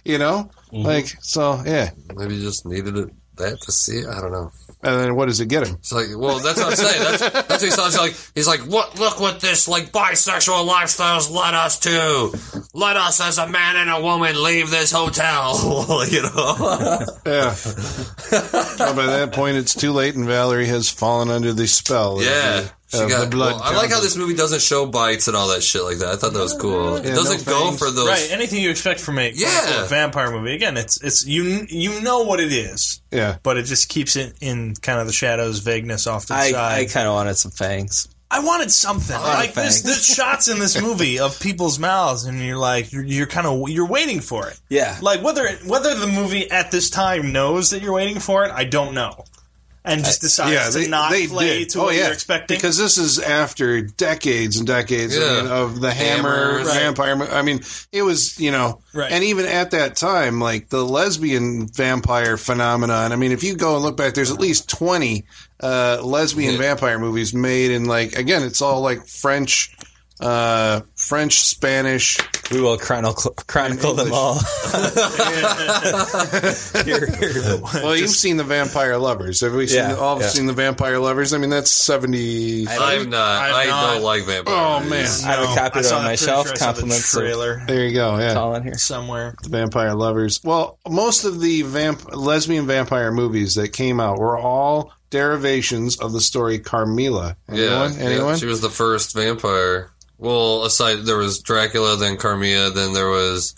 you know?
Mm-hmm.
Like, so yeah.
Maybe you just needed it, that to see it. I don't know.
And then what does it get him?
It's like, well, that's what I'm saying. That's, that's what he sounds like. He's like, what? Look what this like bisexual lifestyles led us to. Let us, as a man and a woman, leave this hotel. you know,
Yeah. Well, by that point, it's too late, and Valerie has fallen under the spell. of
yeah.
the-
She
of
got-
the blood.
well, I like how
count.
this movie doesn't show bites and all that shit like that. I thought that was cool.
Yeah,
it doesn't
no
go
fangs.
for those.
Right, anything you expect from a,
Yeah.
a vampire movie. Again, it's it's you you know what it is,
Yeah.
but it just keeps it in kind of the shadows, vagueness off to the
I, I
side.
kind of wanted some fangs.
I, wanted something like
thanks.
this. There's shots in this movie of people's mouths, and you're like you're, you're kind of you're waiting for it.
Yeah.
Like whether it, whether the movie at this time knows that you're waiting for it, I don't know, and just decides
yeah,
to not play to
Oh,
what you're
Oh,
expecting.
Because this is after decades and decades I
Yeah.
mean, of the Hammer
Hammers.
vampire. mo- I mean, it was you know,
Right.
and even at that time, like the lesbian vampire phenomenon. I mean, if you go and look back, there's at least twenty uh, lesbian vampire movies made, and like again, it's all like French. uh, French, Spanish.
We will chronicle chronicle them all. oh,
well, you've seen the Vampire Lovers. Have we seen
Yeah,
all
yeah.
seen the Vampire Lovers? I mean, that's seventy.
I'm not.
I'm
I
not.
don't like vampires.
Oh man,
I have a copy
I
of it
saw
on
that
my
picture,
shelf.
I saw the
Compliments of
trailer
there you go. Yeah,
Colin here.
somewhere.
the Vampire Lovers. Well, most of the vamp- lesbian vampire movies that came out were all derivations of the story Carmilla.
Yeah,
Anyone?
yeah,
Anyone?
She was the first vampire. Well, aside there was Dracula, then Carmilla, then there was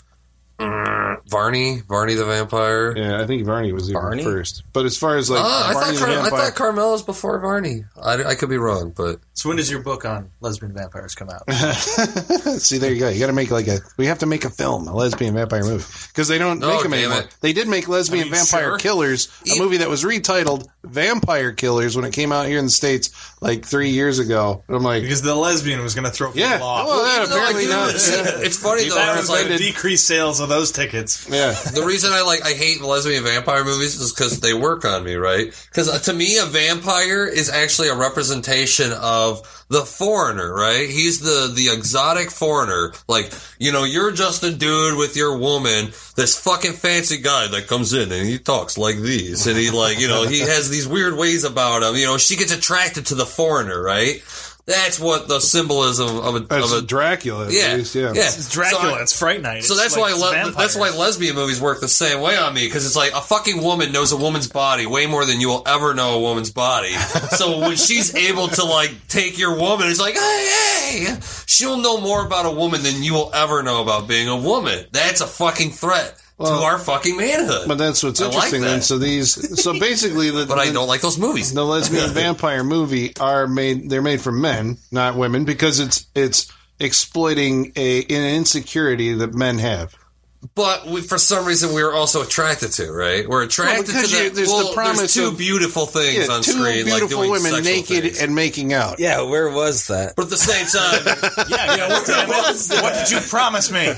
uh, Varney, Varney the vampire.
Yeah, I think Varney was even
Varney?
first. But as far as like
Ah, I,
Varney
thought
the
Car- I
Vampire,
thought Carmilla was before Varney. I, I could be wrong, but
So when does your book on lesbian vampires come out?
see, there you go. You got to make like a. We have to make a film, a lesbian vampire movie, because they don't
Oh,
make them
damn
anymore.
it.
They did make Lesbian
Are you
Vampire
sure?
Killers, a
E-
movie that was retitled Vampire Killers when it came out here in the states like three years ago. And I'm like,
Because the lesbian was going to throw
yeah,
people off.
well, that
Even though, like,
apparently
you know, it's,
not.
it's funny though.
that
I
was
was
going to
like,
decrease sales of those tickets.
Yeah,
the reason I like I hate lesbian vampire movies is because they work on me, right? Because to me, a vampire is actually a representation of the foreigner, right? He's the the exotic foreigner. Like you know, you're just a dude with your woman, this fucking fancy guy that comes in and he talks like these, and he like you know he has these weird ways about him. You know, she gets attracted to the foreigner, right? That's what the symbolism of a,
that's
of a
Dracula. at
yeah,
least, yeah,
It's Dracula.
So I-
it's Fright Night.
so
It's
that's
like
why le-
vampires.
that's why lesbian movies work the same way on me because it's like a fucking woman knows a woman's body way more than you will ever know a woman's body. so when she's able to like take your woman, it's like hey, hey, she'll know more about a woman than you will ever know about being a woman. That's a fucking threat to our fucking manhood. But,
But that's what's
I like
interesting. Then,
that.
so these, so basically, the,
I
the-
don't like those movies.
the lesbian vampire movie are made they're made for men not women because it's it's exploiting a an insecurity that men have
But we, for some reason, we are also attracted to right. We're attracted
because
to
you-
that.
there's the
well,
promise
there's two
of-
beautiful things
yeah,
on
two
screen, like
beautiful
doing
women
sexual
naked
things.
and making out
Yeah, where was that?
but at the same time,
Yeah, yeah. What,
What was
what, what did you promise me?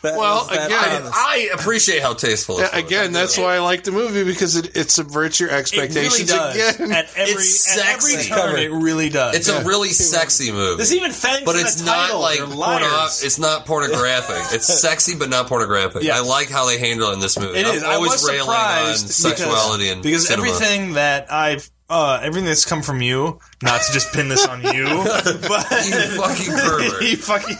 That
Well,
was that uh,
again,
promise.
I appreciate how tasteful. It
Yeah, again that's why i like the movie because it, it subverts your expectations
does.
again
At every,
It's
at every
sexy.
turn, it really does.
It's a really sexy movie.
There's even fangs
but
in
it's
the
not
title.
like
They're
porno-
liars.
it's not pornographic. it's sexy but not pornographic.
Yes.
I like how they handle it in this movie.
It
I'm
is. I
always
was
railing on
surprised
sexuality
because,
and
because
cinema.
everything that I've uh, everything that's come from you, not to just pin this on you, but
You fucking pervert.
you fucking.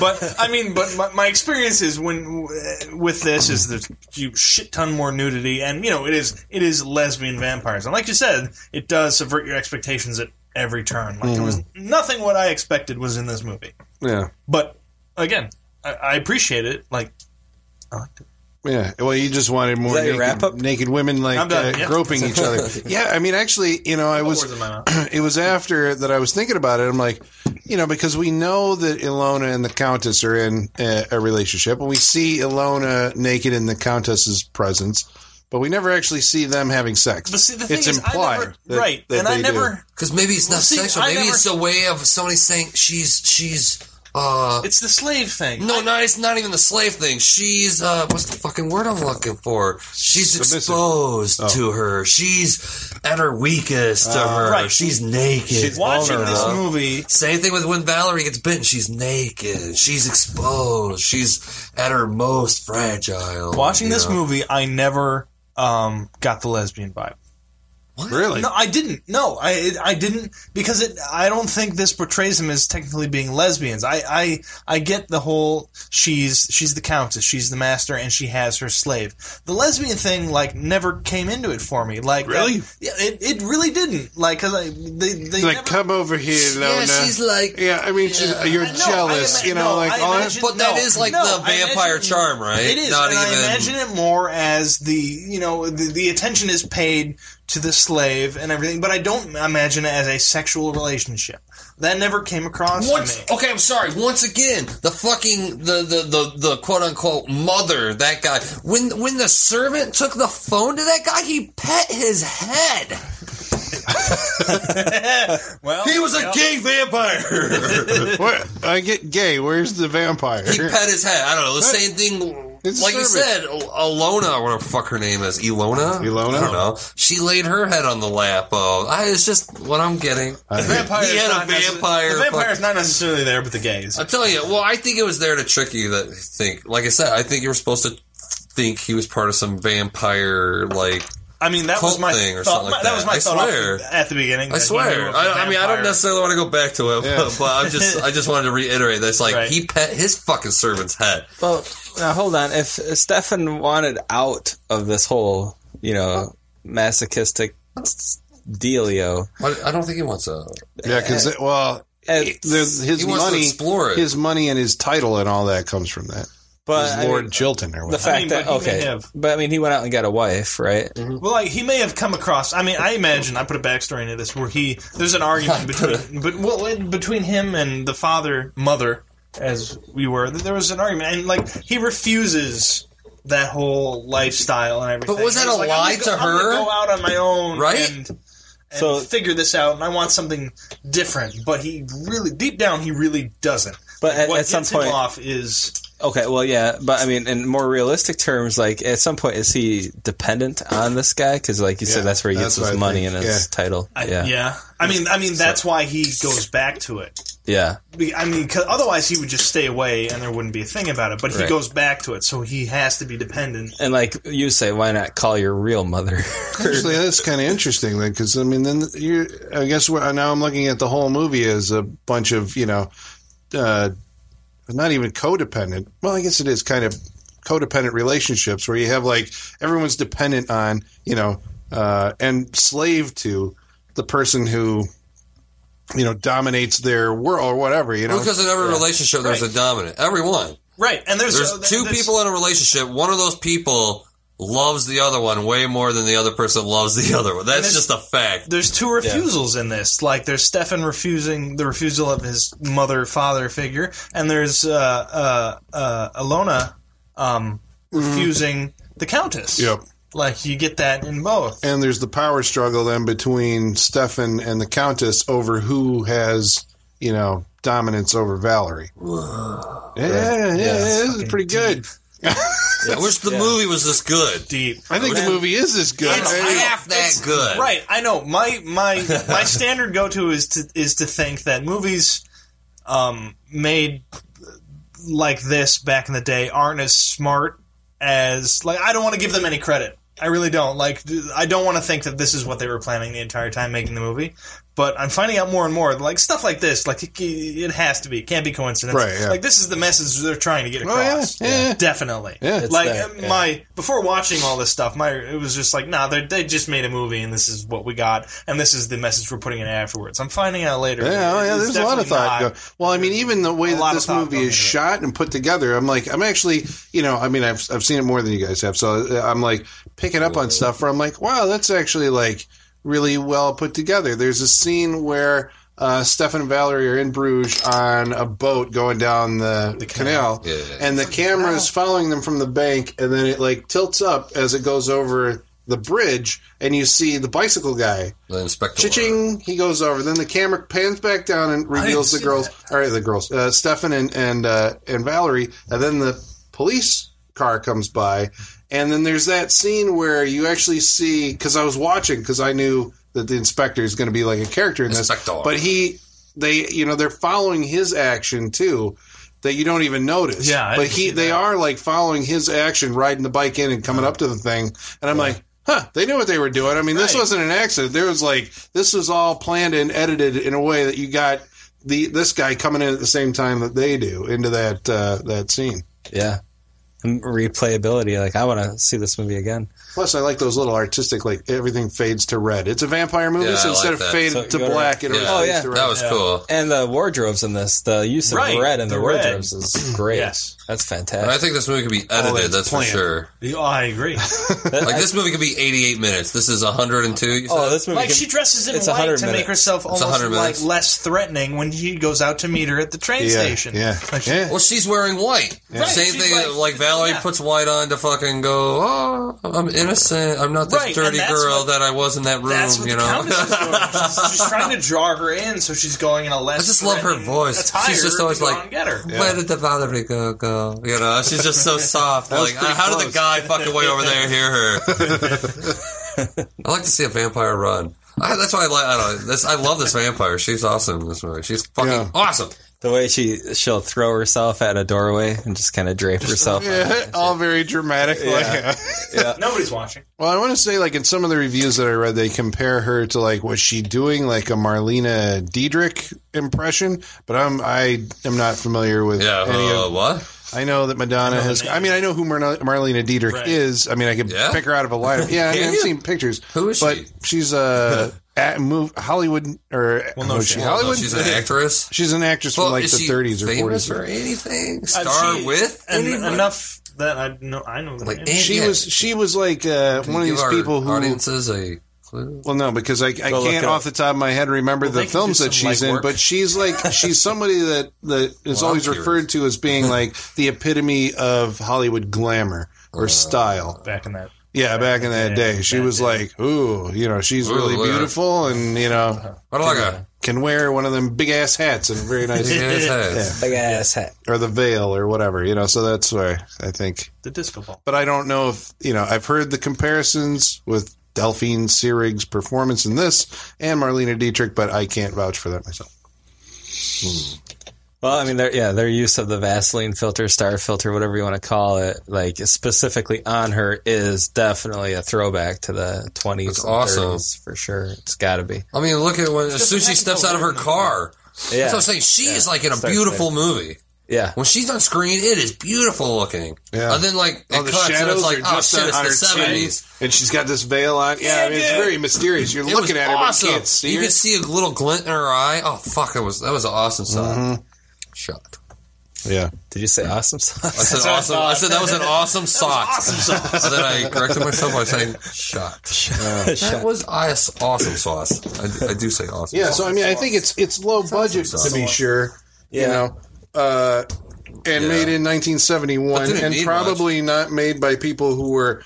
but I mean, but my, my experience is when with this is there's you shit ton more nudity, and you know it is it is lesbian vampires, and like you said, it does subvert your expectations at every turn. Like there was
Mm-hmm.
nothing what I expected was in this movie,
yeah
but again, I, I appreciate it. Like I liked it.
yeah well you just wanted more
that your
naked,
wrap-up?
naked women like
I'm done,
uh,
yeah.
groping each other yeah i mean actually you know i was
Words in my mouth.
it was after that I was thinking about it. I'm like, you know, because we know that Ilona and the Countess are in a, a relationship, and we see Ilona naked in the Countess's presence, but we never actually see them having sex.
But see, the thing
it's
is,
implied,
I never,
that-
right?
that
and I
they do.
never.
because maybe it's not
Well, see,
sexual.
I
Maybe
never-
it's a way of somebody saying she's she's. uh
It's the slave thing.
no, not it's not even the slave thing. She's uh, what's the fucking word I'm looking for? She's
Submissive. Oh.
exposed to her. She's at her weakest to
Ah.
her.
Right.
She's naked.
watching
vulnerable.
this
uh,
movie.
Same thing with when Valerie gets bitten. She's naked. She's exposed. She's at her most fragile.
Watching
you
this
know?
movie, I never um, got the lesbian vibe.
Really?
No, I didn't. No, I it- I didn't because it. I don't think this portrays them as technically being lesbians. I I I get the whole she's she's the countess, she's the master, and she has her slave. The lesbian thing like never came into it for me. Like
Really?
that- yeah, it, it really didn't. Like because I they they
It's like,
never-
come over here,
Yeah,
Ilona. Yeah,
she's like.
I mean, she's, you're
No, I
jealous,
ima-
you know,
no,
like
I
all
imagine-
But that
no,
is like
no,
the
I
vampire
imagine-
charm, right?
It is,
Not
and I
even-
imagine it more as the you know the, the attention is paid to the slave and everything, but I don't imagine it as a sexual relationship. That never came across
Once,
to me.
okay, I'm sorry. Once again, the fucking the, the the the quote unquote mother that guy. When when the servant took the phone to that guy, he pet his head.
Well,
He was a gay vampire.
What? I get gay. Where's the vampire?
he pet his head. I don't know. The same thing. like you said, Alona, or whatever the fuck her name is, Elona. Elona, I don't know. She laid her head on the lap of. I, it's just what I'm getting.
The vampire
He
is
had a
not necess-
vampire
The vampire is not necessarily there, but the gays.
I tell you, well, I think it was there to trick you. That think, like I said, I think you were supposed to think he was part of some vampire like.
I mean, that
cult
was my
thing or
thought.
something
my-
like
that was my
I
thought off
swear.
the- at the beginning.
I
that he
swear.
was a
I, I mean, I
vampire.
don't necessarily want to go back to it,
Yeah.
but I'm just, I just wanted to reiterate this. Like
Right.
he pet his fucking servant's head.
Well, now hold on. If Stefan wanted out of this whole, you know, masochistic s- dealio, uh,
I don't think he wants out.
Yeah, because well, there's his
he wants to
money,
explore it.
his money, and his title, and all that comes from that.
But,
His
I
Lord
mean,
Chilton or
the
whatever.
fact
mean,
that
but he may
okay,
have-
but I mean, he went out and got a wife, right?
Well, like he may have come across. I mean, I imagine I put a backstory into this where he there's an argument between, but well, in- between him and the father mother, as we were, there was an argument, and like he refuses that whole lifestyle and everything.
But was that
He's
a
like, I'm
lie
gonna
to
go- I'm gonna
her?
go out on my own,
Right?
And, and figure this out, and I want something different. But he really, deep down, he really doesn't.
But at,
what
at some
gets him
point,
off is
okay, well, yeah, but I mean, in more realistic terms, like at some point, is he dependent on this guy? Because, like you
Yeah,
said, that's where he gets
that's what
his
I
money
think,
and his
yeah.
title.
I,
yeah,
yeah. I mean, I mean, that's why he goes back to it.
yeah.
Be- I mean, 'cause otherwise he would just stay away and there wouldn't be a thing about it. But he
Right.
goes back to it, so he has to be dependent.
And like you say, why not call your real mother?
Actually, that's kind of interesting then, because I mean, then you. I guess we're, now I'm looking at the whole movie as a bunch of you know, uh, not even codependent. Well, I guess it is kind of codependent relationships where you have like everyone's dependent on you know uh, and slave to the person who you know dominates their world or whatever. You know,
Well, because in every relationship, there's a dominant. Everyone.
Right, and there's,
there's
uh,
two
there's-
people in a relationship. One of those people loves the other one way more than the other person loves the other one.
And
That's
there's-
just a fact.
There's two refusals in this. Like there's Stefan refusing the refusal of his mother father figure, and there's uh, uh, uh, Alona um, refusing the Countess.
Yep.
Like you get that in both.
And there's the power struggle then between Stefan and the Countess over who has, you know, dominance over Valerie. Yeah, yeah, this is pretty good.
I wish the movie was this good.
Deep.
I think the movie is this good.
It's half that good.
Right, I know. My my my standard go to is to is to think that movies um, made like this back in the day aren't as smart as like I don't want to give them any credit. I really don't. Like I don't want to think that this is what they were planning the entire time making the movie. But I'm finding out more and more like stuff like this. Like it, it has to be, it can't be coincidence.
Right, yeah.
Like this is the message they're trying to get
Oh, yeah,
across.
yeah, yeah.
Definitely.
Yeah. It's
like uh,
that, yeah.
my before watching all this stuff, my it was just like, nah, they they just made a movie and this is what we got and this is the message we're putting in afterwards. I'm finding out later.
Yeah, oh,
It-
yeah.
it's
There's a lot of
definitely
thought.
not-
Go. Well, I mean, even the way
A
that
lot of
this
thought
movie
going
is
into it.
shot and put together, I'm like, I'm actually, you know, I mean, I've I've seen it more than you guys have, so uh, I'm like picking up on stuff where I'm like, wow, that's actually like really well put together. There's a scene where. Uh, Stefan and Valerie are in Bruges on a boat going down the, canal, and the camera
Oh.
is following them from the bank, and then it like tilts up as it goes over the bridge, and you see the bicycle guy
The inspector.
Cha-ching! He goes over. Then the camera pans back down and reveals the girls. All right, the girls, uh, Stefan and and uh, and Valerie. And then the police car comes by, and then there's that scene where you actually see because I was watching because I knew that the inspector is going to be like a character in this,
Inspector.
but he they you know they're following his action too. That you don't even notice,
Yeah, I
But
didn't
he, they are like following his action, riding the bike in and coming
Uh-huh.
up to the thing, and I'm like, huh, they knew what they were doing. I mean, this wasn't an accident. There was like this was all planned and edited in a way that you got the this guy coming in at the same time that they do into that uh, that scene.
Yeah. And replayability. Like, I want to see this movie again.
Plus, I like those little artistic like everything fades to red. It's a vampire movie,
Yeah, I
so
like
instead of
that.
fade
So
to
you go to-
black, it
Yeah.
always
Oh,
fades
yeah.
to red.
That was cool.
And the wardrobes in this, the use of
Right,
red in the,
the red.
wardrobes is great.
Yes.
That's
And I
fantastic.
think this movie could be edited. that's for
planned.
sure.
Oh, I agree.
Like this movie could be 88 minutes. This is 102. You said?
oh, this movie.
like
can-
she dresses in
it's
white to
100
make
minutes.
herself almost
100
like
minutes.
less threatening when he goes out to meet her at the train
Yeah,
station.
yeah,
Like,
yeah.
Well, she's wearing white.
Right,
Same
she's
thing
like-
like,
the
Mallory puts white on to fucking go. Oh, I'm innocent. I'm not this
Right, and
dirty
that's
girl
what-
that I was in that room.
That's what
you
the
know.
countess is doing. She's, she's trying to draw her in, so she's going in a less.
I just love her
threatening
voice.
Attire
She's just always
to go
like,
out and get her.
"Where did the Valerie go? Go?" You know, she's just so soft.
That was
like,
pretty
how did
close.
the guy fucking way over there hear her? I like to see a vampire run. I, that's why I like. I don't. know, This I love this vampire. She's awesome in this movie. She's fucking awesome.
The way she she'll throw herself at a doorway and just kind of drape herself. on it.
Yeah, all very dramatic.
Yeah.
like-
Nobody's watching.
Well, I want to say, like, in some of the reviews that I read, they compare her to like was she doing like a Marlena Dietrich impression? But I'm I am not familiar with
Yeah.
any
Uh,
of.
what?
I know that Madonna has. I mean, I know who Marna- Marlena Dietrich
Right.
is. I mean, I could
Yeah?
pick her out of a lineup. Yeah, I mean,
Can
I've
you?
seen pictures.
Who is
but
she?
She's a at move Hollywood or
Well, no,
was
she-
she
well, no,
Hollywood?
Oh, she's an actress.
She's an actress
Well,
from like
is
the
she
30s or
famous
40s.
or anything?
Uh,
Star
she-
with
and
anyone?
enough that I know. I know. the
Like,
name.
she
Yeah.
was she was like uh,
Can
one of
you give
these
our
people who
audiences a clue.
Well, no, because I, I
Go look
can't
up.
off the top of my head remember
they
the
can
films
do
that
some
she's
light
in,
work.
but she's like she's somebody that that
Well,
is
I'm
always
curious.
referred to as being like the epitome of Hollywood glamour or
Uh,
style.
back in that.
Yeah, back in that day, she was like, "Ooh, you know, she's
Ooh,
really
look at her. Uh-huh.
beautiful, and you know,
I like her.
can wear one of them big ass hats and a very nice
Big ass hats.
Big ass hat.
Yeah, or the veil or whatever, you know." So that's where I think,
The disco ball.
but I don't know if you know. I've heard the comparisons with Delphine Seerig's performance in this and Marlena Dietrich, but I can't vouch for that myself.
Well, I mean, their yeah, their use of the Vaseline filter, star filter, whatever you want to call it, like specifically on her, is definitely a throwback to the twenties.
That's
and
awesome.
30s, for sure. It's got to be.
I mean, look at when as soon as she
just
steps out of her car.
Yeah.
That's what I'm saying. She is like in a
Starts
beautiful movie.
Yeah,
When she's on screen, it is beautiful looking.
Yeah.
And then like it
Oh, the
cuts and
shadows
it's
are
like, oh
just
shit,
on
it's the
her chin.
seventies.
And she's got this veil on. Yeah, I mean, it's very mysterious. You're
It was
looking at her,
awesome.
but you can't see
You
her.
could see a little glint in her eye. Oh fuck, it was that was an awesome shot.
Mm-hmm.
Shot.
yeah.
Did you say awesome
I
sauce?
said awesome. I said that was an awesome shot. and then I corrected myself by saying shot. That was ice- awesome sauce. I, I do say awesome.
Yeah,
sauce.
so I mean, I think it's it's low budget
sauce.
to be sure. You
Yeah.
know, uh, and
Yeah.
made in 1971,
But didn't
and
need
probably not made by people who were,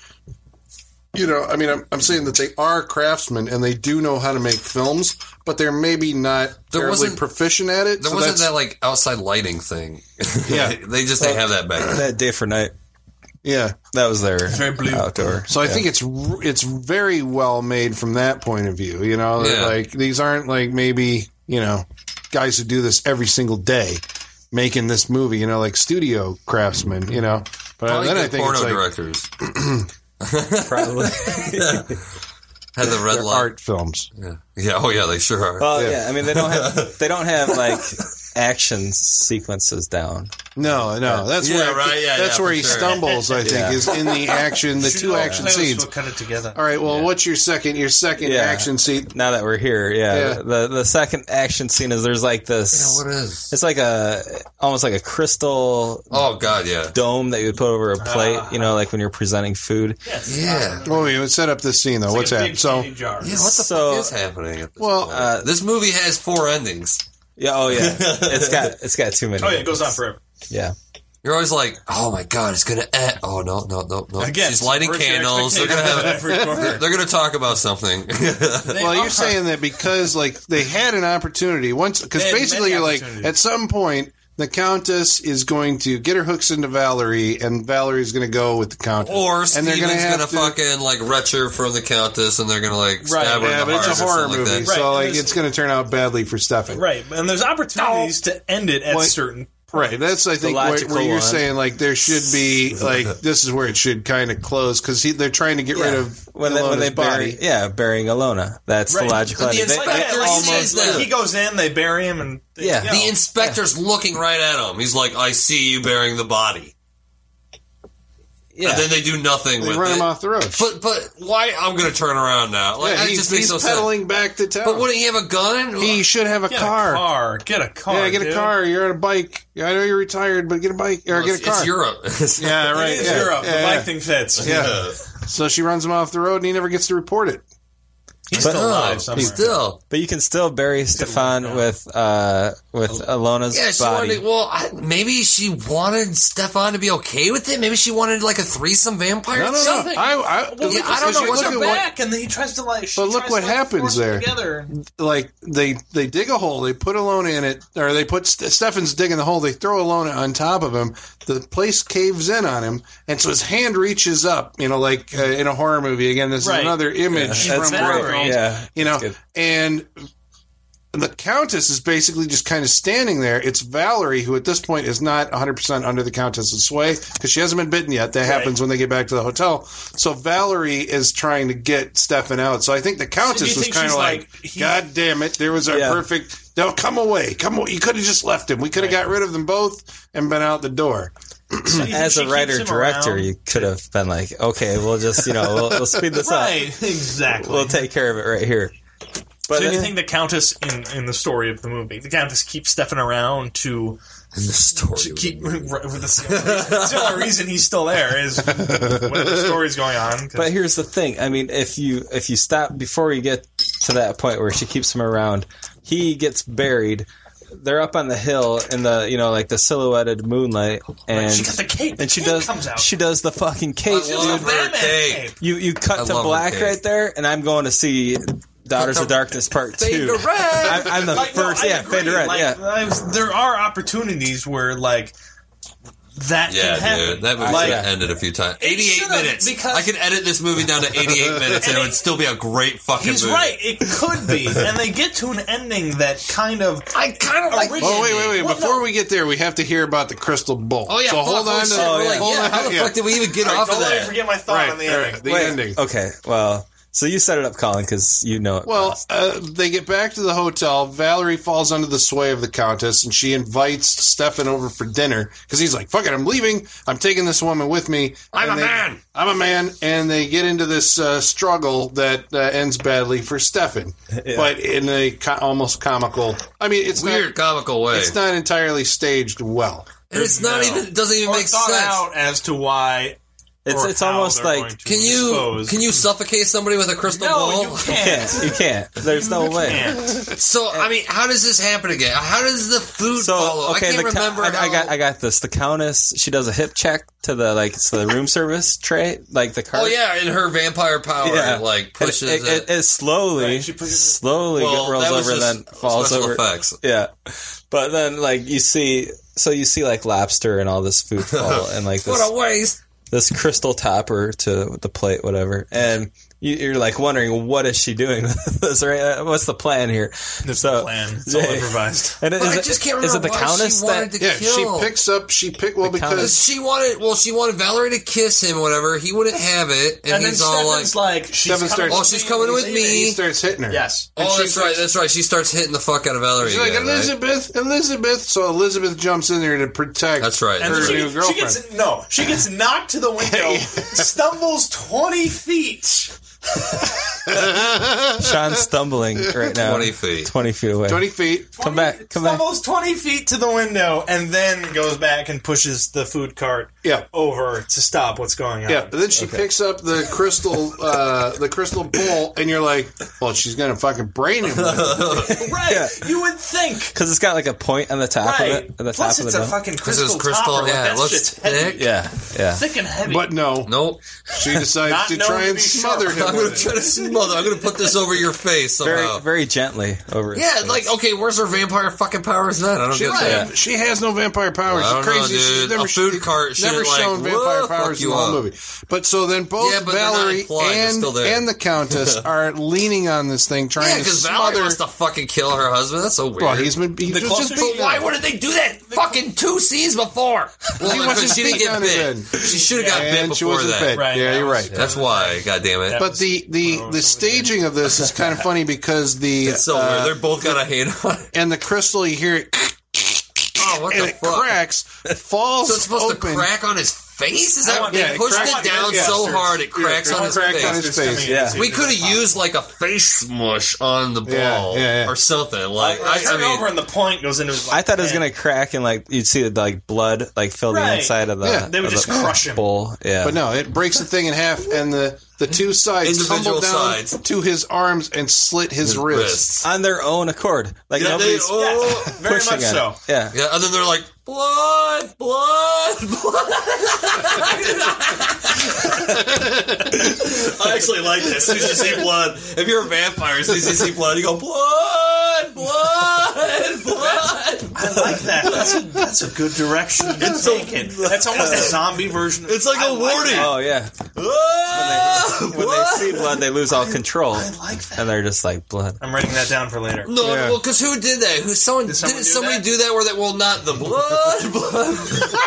you know, I mean, I'm, I'm saying that they are craftsmen and they do know how to make films, but they're maybe not
There
terribly
wasn't-
proficient at it.
There
so
wasn't
that's-
that like outside lighting thing.
Yeah.
they just didn't have that back then.
that day for night.
yeah.
That was their
very blue.
outdoor.
So I think it's r- it's very well made from that point of view. You know, that,
Yeah.
like these aren't like maybe you know guys who do this every single day making this movie. You know, like studio craftsmen. You know, but
Probably
then
good
I think
porno
it's like
directors
Probably.
had the red
they're
light.
art Uh, films.
Yeah. yeah. Oh yeah, they sure are.
Well,
Yeah.
yeah. I mean, they don't have they don't have like action sequences down.
No, no, that's
Yeah,
where
right, yeah,
that's
yeah,
where
for
he
sure.
stumbles. I think
Yeah.
is in the action, the two action scenes.
We'll cut it together.
All right, well, what's your second? Your second
Yeah.
action scene?
Now that we're here, yeah,
Yeah.
The, the second action scene is there's like this.
what is?
It's like a almost like a crystal
Oh god, yeah.
dome that you would put over a plate, you know, like when you're presenting food.
Yeah.
Oh, we set up this scene though. what's
Like a
that?
big
So
candy jar.
Yeah, what the
So-
fuck is happening? At this
Well,
point?
uh,
this movie has four endings.
Yeah, oh yeah. it's got it's got too many.
Oh yeah, it goes on forever.
Yeah.
You're always like, oh my god, it's gonna. Eh. Oh no, no, no, no.
Again,
she's lighting
subverts your
candles. They're gonna have.
expectations at every corner.
They're, they're gonna talk about something.
They
Well,
are-
you're saying that because like they had an opportunity once, because
They had
basically
many
you're like
opportunities.
at some point the Countess is going to get her hooks into Valerie, and Valerie's going to go with the Countess,
or
and
Steven's
they're
gonna,
gonna have to.
fucking like retch her from the Countess, and they're gonna like stab her
yeah,
in the
but
heart
it's a
or
horror
something
movie,
Like that.
Right,
so
and
like
there's-
it's going to turn out badly for Stefan.
right, and there's opportunities to end it at
Well,
certain.
Right, that's I think where,
logical
where you're
one.
saying like there should be like this is where it should kind of close because they're trying to get rid
Yeah.
of
when they, when
Ilona's
they
body.
bury, yeah, burying Alona. That's
Right.
the logical.
But the
ending. They-
Like,
Like,
yeah,
they're
like,
almost
like,
there.
he goes in, they bury him, and they-
Yeah.
The inspector's looking right at him. He's like, "I see you burying the body,"
yeah.
and then they do nothing
They
with
run
it.
him off the road.
But but why? I'm gonna turn around now. Like
yeah,
that
he's,
just makes
he's
no sense.
pedaling back to town.
But wouldn't he have a gun?
he should have a
Get
car.
a car. Get a car.
yeah, get a
dude.
car. You're on a bike. Yeah, I know you're retired, but get a bike or
Well,
get a
it's,
car.
It's Europe.
yeah,
It
right.
is
yeah,
Europe.
Yeah,
the bike
yeah.
thing fits.
Yeah. So she runs him off the road, and he never gets to report it.
He's still alive somewhere.
Still.
But you can still bury Stefan with uh, with Alona's
Yeah, she
body.
wanted. Well, I, maybe she wanted Stefan to be okay with it. Maybe she wanted like a threesome vampire.
No, no, no.
something.
I- I-
Yeah,
look
I don't
at-
know
look
what's
at
her
what-
back.
Back and then he tries to like. she
But look
tries
what
to, like,
happens
force them
there.
Together.
Like they they dig a hole, they put Alona in it, or they put St- Stefan's digging the hole. They throw Alona on top of him. The place caves in on him, and so his hand reaches up. You know, like uh, in a horror movie. Again, this is
Right.
another image
Yeah, that's
from
very-
horror films.
yeah,
you know,
that's good.
and the Countess is basically just kind of standing there. It's Valerie who, at this point, is not 100% under the Countess's sway because she hasn't been bitten yet. That happens when they get back to the hotel. So Valerie is trying to get Stefan out. So I think the
So do
Countess
you
was
think
kind of
she's
like,
like, he-
God damn it, there was our
Yeah.
perfect. No, come away. Come away. You could have just left him. We could have got rid of them both and been out the door.
So you think
As
she
a
keeps
writer
him
director,
around?
you could have been like, okay, we'll just you know we'll, we'll speed this
right?
up.
Exactly.
We'll take care of it right here. But
so do you think the Countess in, in the story of the movie, the Countess keeps stepping around to
In the
to
story.
keep. Right, that's the only reason- that's the only reason he's still there is whatever story's going on. 'cause-
But here's the thing. I mean, if you if you stop before you get to that point where she keeps him around, he gets buried. They're up on the hill in the you know like the silhouetted moonlight, and
she got the cape. The
and she
cape
does
comes out.
she does the fucking cape.
I love
dude.
her
Batman
cape.
cape.
You you
I
cut to
love
black
the cape.
right there, and I'm going to see Daughters of Darkness Part Two. I'm, I'm the
Like, no,
first,
I
yeah,
agree.
fade to red,
Like,
yeah.
I was- there are opportunities where like that
Yeah,
can happen.
dude, that movie
Like-
should have ended a few times.
It
Eighty-eight
should've,
minutes.
because-
I could edit this movie down to eighty-eight minutes, and it would still be a great fucking.
He's
movie.
right. It could be, and they get to an ending that kind of
I kind of like.
Original.
Oh, wait, wait, wait.
Well,
Before
no.
we get there, we have to hear about the crystal bowl.
Oh yeah,
So
fuck,
hold on
holy
to
shit, we're like,
hold
Oh, yeah,
on-
how the
yeah.
fuck did we even get
All right,
off of
don't let me
that?
forget my thought
Right,
on the
all
ending.
right, the
Wait,
ending.
Okay, well, so you set it up, Colin, because you know it.
Well, uh, they get back to the hotel. Valerie falls under the sway of the countess, and she invites Stefan over for dinner because he's like, "Fuck it, I'm leaving. I'm taking this woman with me. I'm a man. I'm a man." And they get into this uh, struggle that uh, ends badly for Stefan, but in a co- almost comical. I mean, it's
Weird
Not,
comical way.
it's not entirely staged well.
and it's not
No.
even. It doesn't even
Or
make
thought
sense.
out as to why.
It's-
or
it's
how
almost
they're
like-
going to
Can you
dispose.
can you suffocate somebody with a crystal
No,
ball?
you
You
can't.
can't. You can't. There's no way.
can't.
So I mean, how does this happen again? How does the food follow? I
the
can't
co-
remember.
I, I
how-
got, I got this. The Countess, she does a hip check to the like to the room service tray, like the cart.
oh yeah, and her vampire power
Yeah.
like
And
pushes
it, it, it slowly,
Right, she pushes-
slowly
Well,
rolls
that was
over and then
just
falls
special
over.
effects.
Yeah, but then like you see, so you see like lobster and all this food fall and like this.
What a waste!
this crystal topper to the plate, whatever, and you, you're like wondering what is she doing with this, right? Uh, What's the plan here? so,
Plan. It's all
Yeah.
improvised.
And is
But I
it-
just can't remember
is it the
why
countess
she
that
wanted to
Yeah,
kill.
she picks up. She pick well
The
because
countess.
She wanted. Well, she wanted Valerie to kiss him, or whatever. He wouldn't have it, and,
And then
he's all like,
Stefan's like, she's
Stefan
coming
starts-
with
Oh, she's
me,
coming
and
with
he's
me.
leaving.
he starts hitting her.
Yes.
"Oh,
she
that's right,
starts-
that's right." She starts hitting the fuck out of Valerie.
She's like
again, right?
Elizabeth. Elizabeth. So Elizabeth jumps in there to protect.
That's right.
And
Her
that's
she,
new
right.
girlfriend.
she gets no. She gets knocked to the window, stumbles twenty feet.
Sean's stumbling right now?
20 feet.
Twenty feet away.
Twenty feet.
20
back, come back.
Stumbles twenty feet to the window, and then goes back and pushes the food cart
Yeah.
over to stop what's going on.
Yeah, but then she picks up the crystal, uh, the crystal bowl, and you're like, "Well, she's gonna fucking brain him." with it.
Right. You would think.
Because it's got like a point on the top of
Right.
it, at the
Plus,
top
it's
of
a
the dome.
fucking
This
crystal,
is crystal.
Topper.
yeah,
that
it looks
shit's heavy.
thick.
Yeah, yeah.
Thick and heavy.
But no,
Nope.
she decides
Not
to
known
try
to
and
be
smother
sharp.
him.
I'm gonna
with
try
it.
to smother. I'm gonna put this over your face
Very,
somehow.
very gently over. his
yeah,
face.
like okay, where's her vampire fucking powers then? I don't get
Right.
that.
She has no vampire powers.
I don't
She's crazy.
know,
She's
dude.
never
A food
she's
cart should,
never
like,
shown
whoa,
vampire
fuck
powers in
you
the whole
up.
movie. But so then both
Yeah, but they're not
Valerie
implied. They're
and
still there.
and the Countess are leaning on this thing,
Yeah,
trying to
because Valerie
smother.
wants to fucking kill her husband. That's so weird.
well, he's been. He
The
was
closer
just
she
beat
got-
Why
up.
wouldn't they do that fucking two scenes before? Well,
She
because
wasn't
she didn't
big
get
on it
bit.
then.
She should have got bit
And she
before
was
that.
bit.
Right,
Yeah,
that
you're
was-
right.
That's why. God damn it.
But the the the staging of this is kind of funny because the
It's so
uh,
weird. They're both got a hand on it.
and the crystal you hear it
Oh, what
and
the
it
fuck?
cracks, falls
So it's supposed
open.
to crack on his face? Is
I
that
want-
they
yeah, it
pushed
cracked-
it down
yeah,
so
yeah,
hard it cracks
it
on his
cracked
face?
on his face.
Yeah.
we could have used like a face smush on the ball
Yeah, yeah, yeah.
or something. Like
I,
I, I mean,
over and the point goes into his.
I thought it was
hand.
gonna crack and like you'd see like blood like fill the
Right.
inside of the.
Yeah,
they would
of
just
the
crush him.
Bowl. Yeah,
But no, it breaks the thing in half, and the The two sides
Individual
tumbled down
sides.
to his arms and slit his, wrists.
on their own accord. Like
Yeah, they,
nobody's
oh,
very
pushing
much
on
so.
it. Yeah.
yeah, and then they're like, blood, blood, blood. I actually like that. As soon as you see blood, if you're a vampire, as soon as you see blood, you go, blood, blood, blood.
I like that. That's a, that's a good direction to take it. That's almost a zombie version. Of,
It's like
I
a warning.
Oh yeah.
Ah,
When they
blood.
see blood, they lose all control,
I like that.
and they're just like blood.
I'm writing that down for later.
No, well
Yeah.
'cause well, because who did that? Who someone did
someone
not
do
somebody
that?
do that? Where that? Well, not the blood, blood,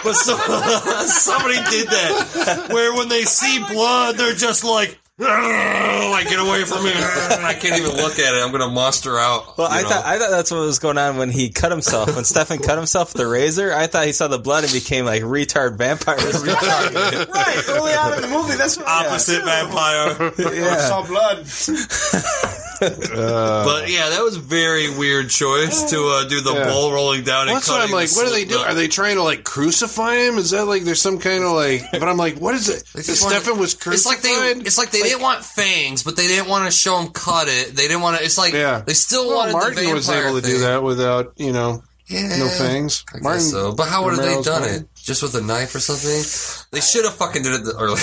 but some, somebody did that. Where when they see blood, they're just like, "Argh," like get away from me! Argh, I can't even look at it. I'm gonna muster out.
Well,
you
I
know.
thought I thought that's what was going on when he cut himself. When Stefan cut himself with the razor, I thought he saw the blood and became like retard vampires.
Right, early on in the movie, that's what
opposite vampire.
I
yeah.
saw blood.
but yeah, that was a very weird choice to uh, do the
Yeah.
ball rolling down.
That's
and
what I'm
cutting
like.
the
What do
slit
they do?
up.
Are they trying to like crucify him? Is that like there's some kind of like? But I'm like, what is it?
just
Stefan
wanted-
was
It's
crucified.
like they, it's like they didn't want fangs, but they didn't want to show him cut it. They didn't want to. It's like
Yeah.
they still
well,
wanted.
Martin
the vampire
was able to
thing.
do that without you know
Yeah,
no fangs.
I guess
Martin,
so. But how would have they
Romero's
done
Martin.
it? Just with a knife or something? They should have fucking did it the- earlier.
It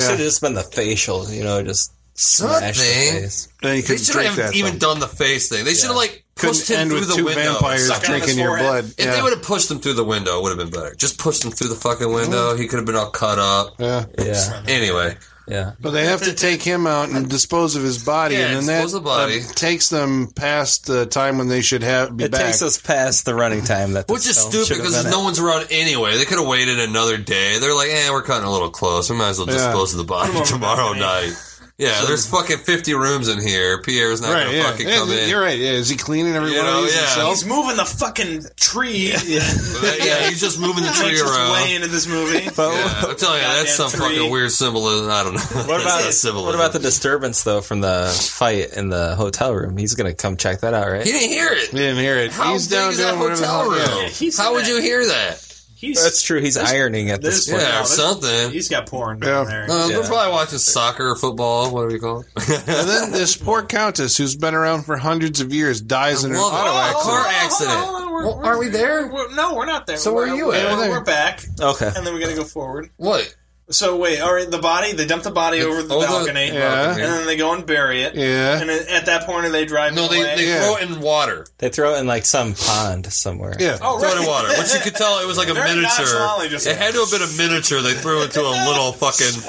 should have just been the facial, you know, just smash the
Something.
face.
Then you
They
could
should
drink
have
that.
even
Even
done the face thing. They should have like pushed
Couldn't
him
end
through
with
the
two
window.
vampires
Suck it.
drinking your blood.
If
yeah.
they would have pushed him through the window, it would have been better. Just pushed him through the fucking
Mm.
window. He could have been all cut up.
yeah.
Yeah,
Anyway,
yeah.
But they have to take him out and dispose of his body,
Yeah,
and then
dispose
that
of the body.
uh, takes them past the time when they should have be
It
back.
takes us past the running time that
which
this
is
film
stupid
should've
because
been
no
at.
one's around anyway. They could have waited another day. They're like, eh, we're cutting a little close. We might as well
Yeah.
dispose of the body tomorrow night. Yeah, there's fucking 50 rooms in here. Pierre's not
right?
gonna
Yeah.
fucking
Yeah,
come in.
you're right. Yeah. Is he cleaning every
You
one
know,
of these
yeah.
himself?
He's moving the fucking tree.
But, yeah, he's just moving the tree
Just
around.
way into this movie.
Yeah, I'm telling you, that's some
Goddamn tree.
fucking weird symbolism. I don't know.
What about
symbolism?
what about the disturbance though from the fight in the hotel room? He's gonna come check that out, right?
He didn't hear it.
He didn't hear it.
How
He's
big
down
is
doing
that
whatever the
hotel
hell-
room?
yeah.
he's
How would
that.
you hear that?
He's,
That's true. He's ironing at this
There's-
point.
Yeah, or
this-
something.
he's got porn
Yeah.
down there.
Uh, We're
Yeah.
probably watching soccer or football, whatever you call it.
And then this poor countess, who's been around for hundreds of years, dies in an
Love it.
auto accident.
Car
Oh, Hold on,
accident.
hold on, we're-
Well,
we're-
aren't we there?
we're- no, we're not there.
So where
We're-
are you
we're-
at?
We're, back,
Okay.
and then we got to go forward.
What?
So wait, all right, the body. They dump the body over the
Oh,
balcony,
Yeah.
and then they go and bury it.
Yeah.
And then at that point, are they driving
No, they,
away?
they
Yeah.
throw it in water.
They throw it in like some pond somewhere.
Yeah.
oh,
Throw
right.
it in water, which you could tell it was like a
Very
miniature.
nonchalantly, just
It had to have been a miniature. They threw into a little fucking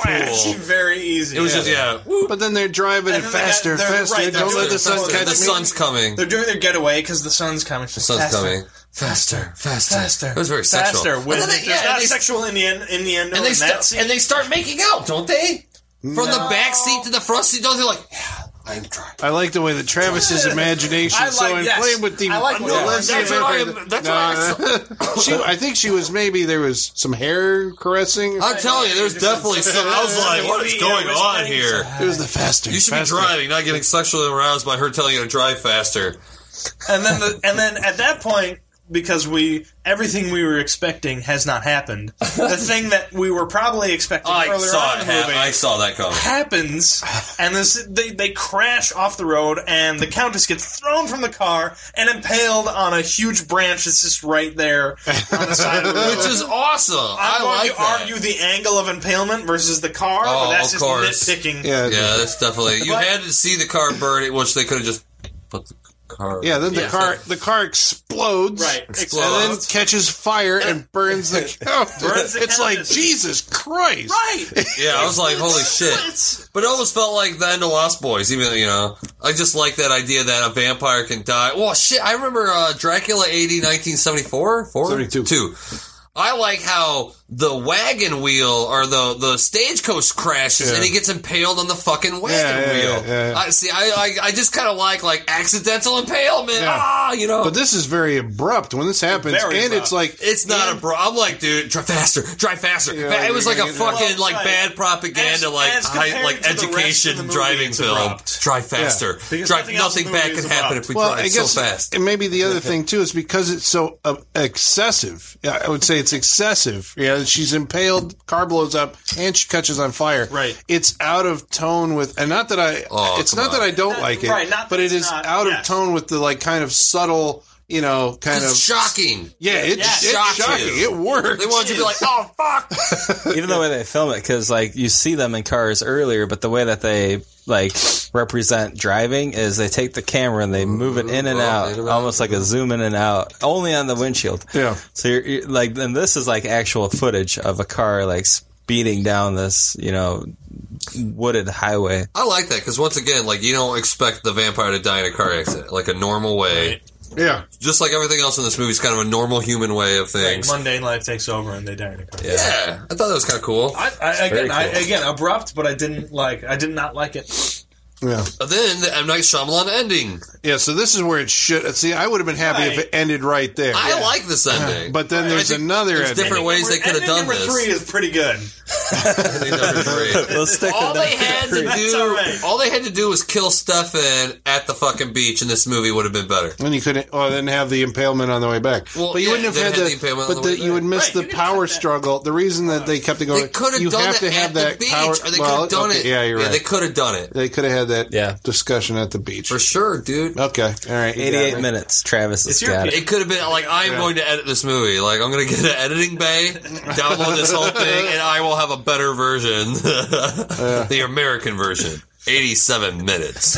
pool.
Actually, very easy.
It was just yeah. whoop,
But then they're driving
And
it
then they got-
faster,
they're-
faster.
right, they're
Don't
doing
let the
it
sun
faster.
catch
The
me.
sun's coming.
They're doing their getaway because the sun's coming.
The sun's coming. Faster, faster,
Faster.
It was very
faster.
sexual.
With,
And then they-
there's
yeah,
not
and they-
sexual in the end. In the end,
and they
in that
start
scene.
and they start making out, don't they? From the back seat to the front seat, don't they? Like, yeah, I'm drunk.
I like the way that Travis's imagination
I
is so
like-
inflamed
yes.
with the.
I like what-
no,
yeah,
let's see
that's
if
what I
can-
am- that's what I
she, I think she was maybe there was some hair caressing.
I'm telling you, there's definitely some. I was like, what is
Yeah,
going
which
on
things-
here?
it was the faster.
You should be
faster.
driving, not getting sexually aroused by her telling you to drive faster.
and then the, and then at that point because we everything we were expecting has not happened the thing that we were probably expecting
I
earlier
saw
on
it.
in the
hap-
movie
I saw that coming.
happens and this they, they crash off the road and the countess gets thrown from the car and impaled on a huge branch that's just right there on the side of the road
Which is awesome.
I'm
I
going
like
to
that.
argue the angle of impalement versus the car,
Oh,
but that's
of
just
course.
nitpicking.
Yeah,
Yeah, that's definitely. You
But-
had to see the car burn, which they could have just put the car.
yeah. Then the
Yeah.
car, the car explodes.
Right.
And then
Explodes.
catches fire and burns the countess.
Burns the
it's like
countess.
Jesus Christ.
Right.
Yeah, I was like, holy shit.
It's-
But it almost felt like the end of Lost Boys, even, you know. I just like that idea that a vampire can die. Well, shit, I remember uh, Dracula 80, 1974? 4?
72.
Two. I like how the wagon wheel or the, the stagecoach crashes
Yeah.
and he gets impaled on the fucking wagon
yeah,
wheel.
yeah, yeah, yeah.
I see. I I, I just kind of like like accidental impalement.
Yeah.
Ah, you know.
But this is very abrupt when this happens,
Very
and
abrupt.
it's like
It's not a bro. I'm like, dude, drive faster, drive faster.
Yeah,
it was like a
yeah,
fucking
yeah.
like
Well,
bad propaganda,
as-
like
as
high,
compared
like
to the rest of
education
the movie,
driving
it's
film.
abrupt.
Drive faster.
Because
Drive.
nothing else in
Nothing
the
bad
movie
could
is
happen
abrupt.
if we
Well,
drive
I guess
so fast.
and maybe the other thing too is because it's so uh, excessive. Yeah, I would say it's excessive. You know, she's impaled, car blows up, and she catches on fire.
Right.
It's out of tone with, and not that I,
Oh,
it's
come
not
on.
that I don't
Not-
like it,
right, not
but
that
it
it's
is
not-
out
yes.
of tone with the like kind of subtle, you know, kind of
It's shocking.
Yeah, it's,
Yes.
it's
Shocked you.
shocking. It works.
They want you to be like, oh, fuck.
Even the way they film it, because like you see them in cars earlier, but the way that they like represent driving is they take the camera and they move it in and out, almost like a zoom in and out, only on the windshield.
Yeah.
So you're, you're like, and this is like actual footage of a car like speeding down this, you know, wooded highway.
I like that because once again, like you don't expect the vampire to die in a car accident, like a normal way.
Yeah.
Just like everything else in this movie is kind of a normal human way of things.
Mundane life takes over and they die in a car.
Yeah. I thought that was kind of cool.
I, I,
very
again, I,
cool.
again, abrupt, but I didn't like. I did not like it.
Yeah.
But then the M Night Shyamalan ending.
Yeah, so this is where it should. See, I would have been happy if it ended right there.
I like this ending.
But then there's another.
there's
ending.
different ways they could have done
number
this.
three is pretty good.
Let's stick
all
with
they had to
That's
do,
all
all,
right.
they had to do was kill Stefan at the fucking beach, and this movie would have been better.
And you couldn't. Oh, then have the impalement on the way back.
Well,
but you
yeah,
wouldn't
then had
have had, the.
the impalement on
but
the way
you would
back.
miss
Right, you
the
didn't
power struggle. The reason that they kept it going.
They could
you
have done
have
it
to
at
have that
the beach,
power.
or they could
well,
have done
okay,
it.
Yeah, you're right.
they could have done it
They could have had that
Yeah.
discussion at the beach.
for sure, dude.
Okay, all right. you got
Eighty-eight
me.
minutes. Travis has
It's your
got it.
It could have been like I'm
Yeah.
going to edit this movie. Like I'm going to get an editing bay, download this whole thing, and I will have a better version, the American version. 87 minutes.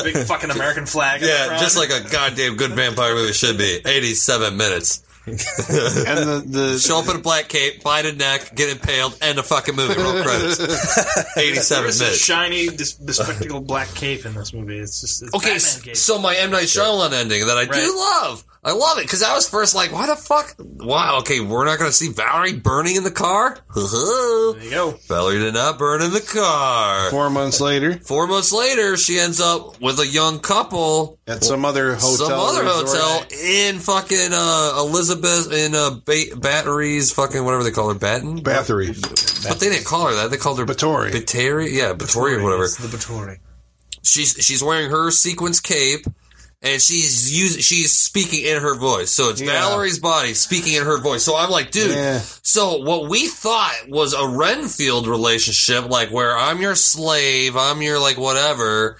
Big fucking American flag. in the
Yeah,
front.
just like a goddamn good vampire movie should be. 87 minutes.
And the the
Show up in a black cape, bite a neck, get impaled, end the fucking movie. Roll credits. 87
There's a
minutes.
shiny, dis- bespectacled black cape in this movie. It's just it's
Okay,
Batman
s-
cape.
so my M Night Shyamalan ending that I
Right.
do love, I love it because I was first like, why the fuck? Wow, okay, we're not going to see Valerie burning in the car.
there you go.
Valerie did not burn in the car.
four months later
Four months later, she ends up with a young couple,
at some other hotel.
some other
resort.
hotel in fucking uh, Elizabeth in uh, ba- batteries, fucking whatever they call her, Batten.
Bathory.
But they didn't call her that; they called her
Batory.
Bateri, yeah, Bateri, or whatever.
It's the Batory.
she's she's wearing her sequence cape and she's using she's speaking in her voice so it's
Yeah.
valerie's body speaking in her voice so i'm like dude
Yeah.
so what we thought was a renfield relationship like where i'm your slave i'm your like whatever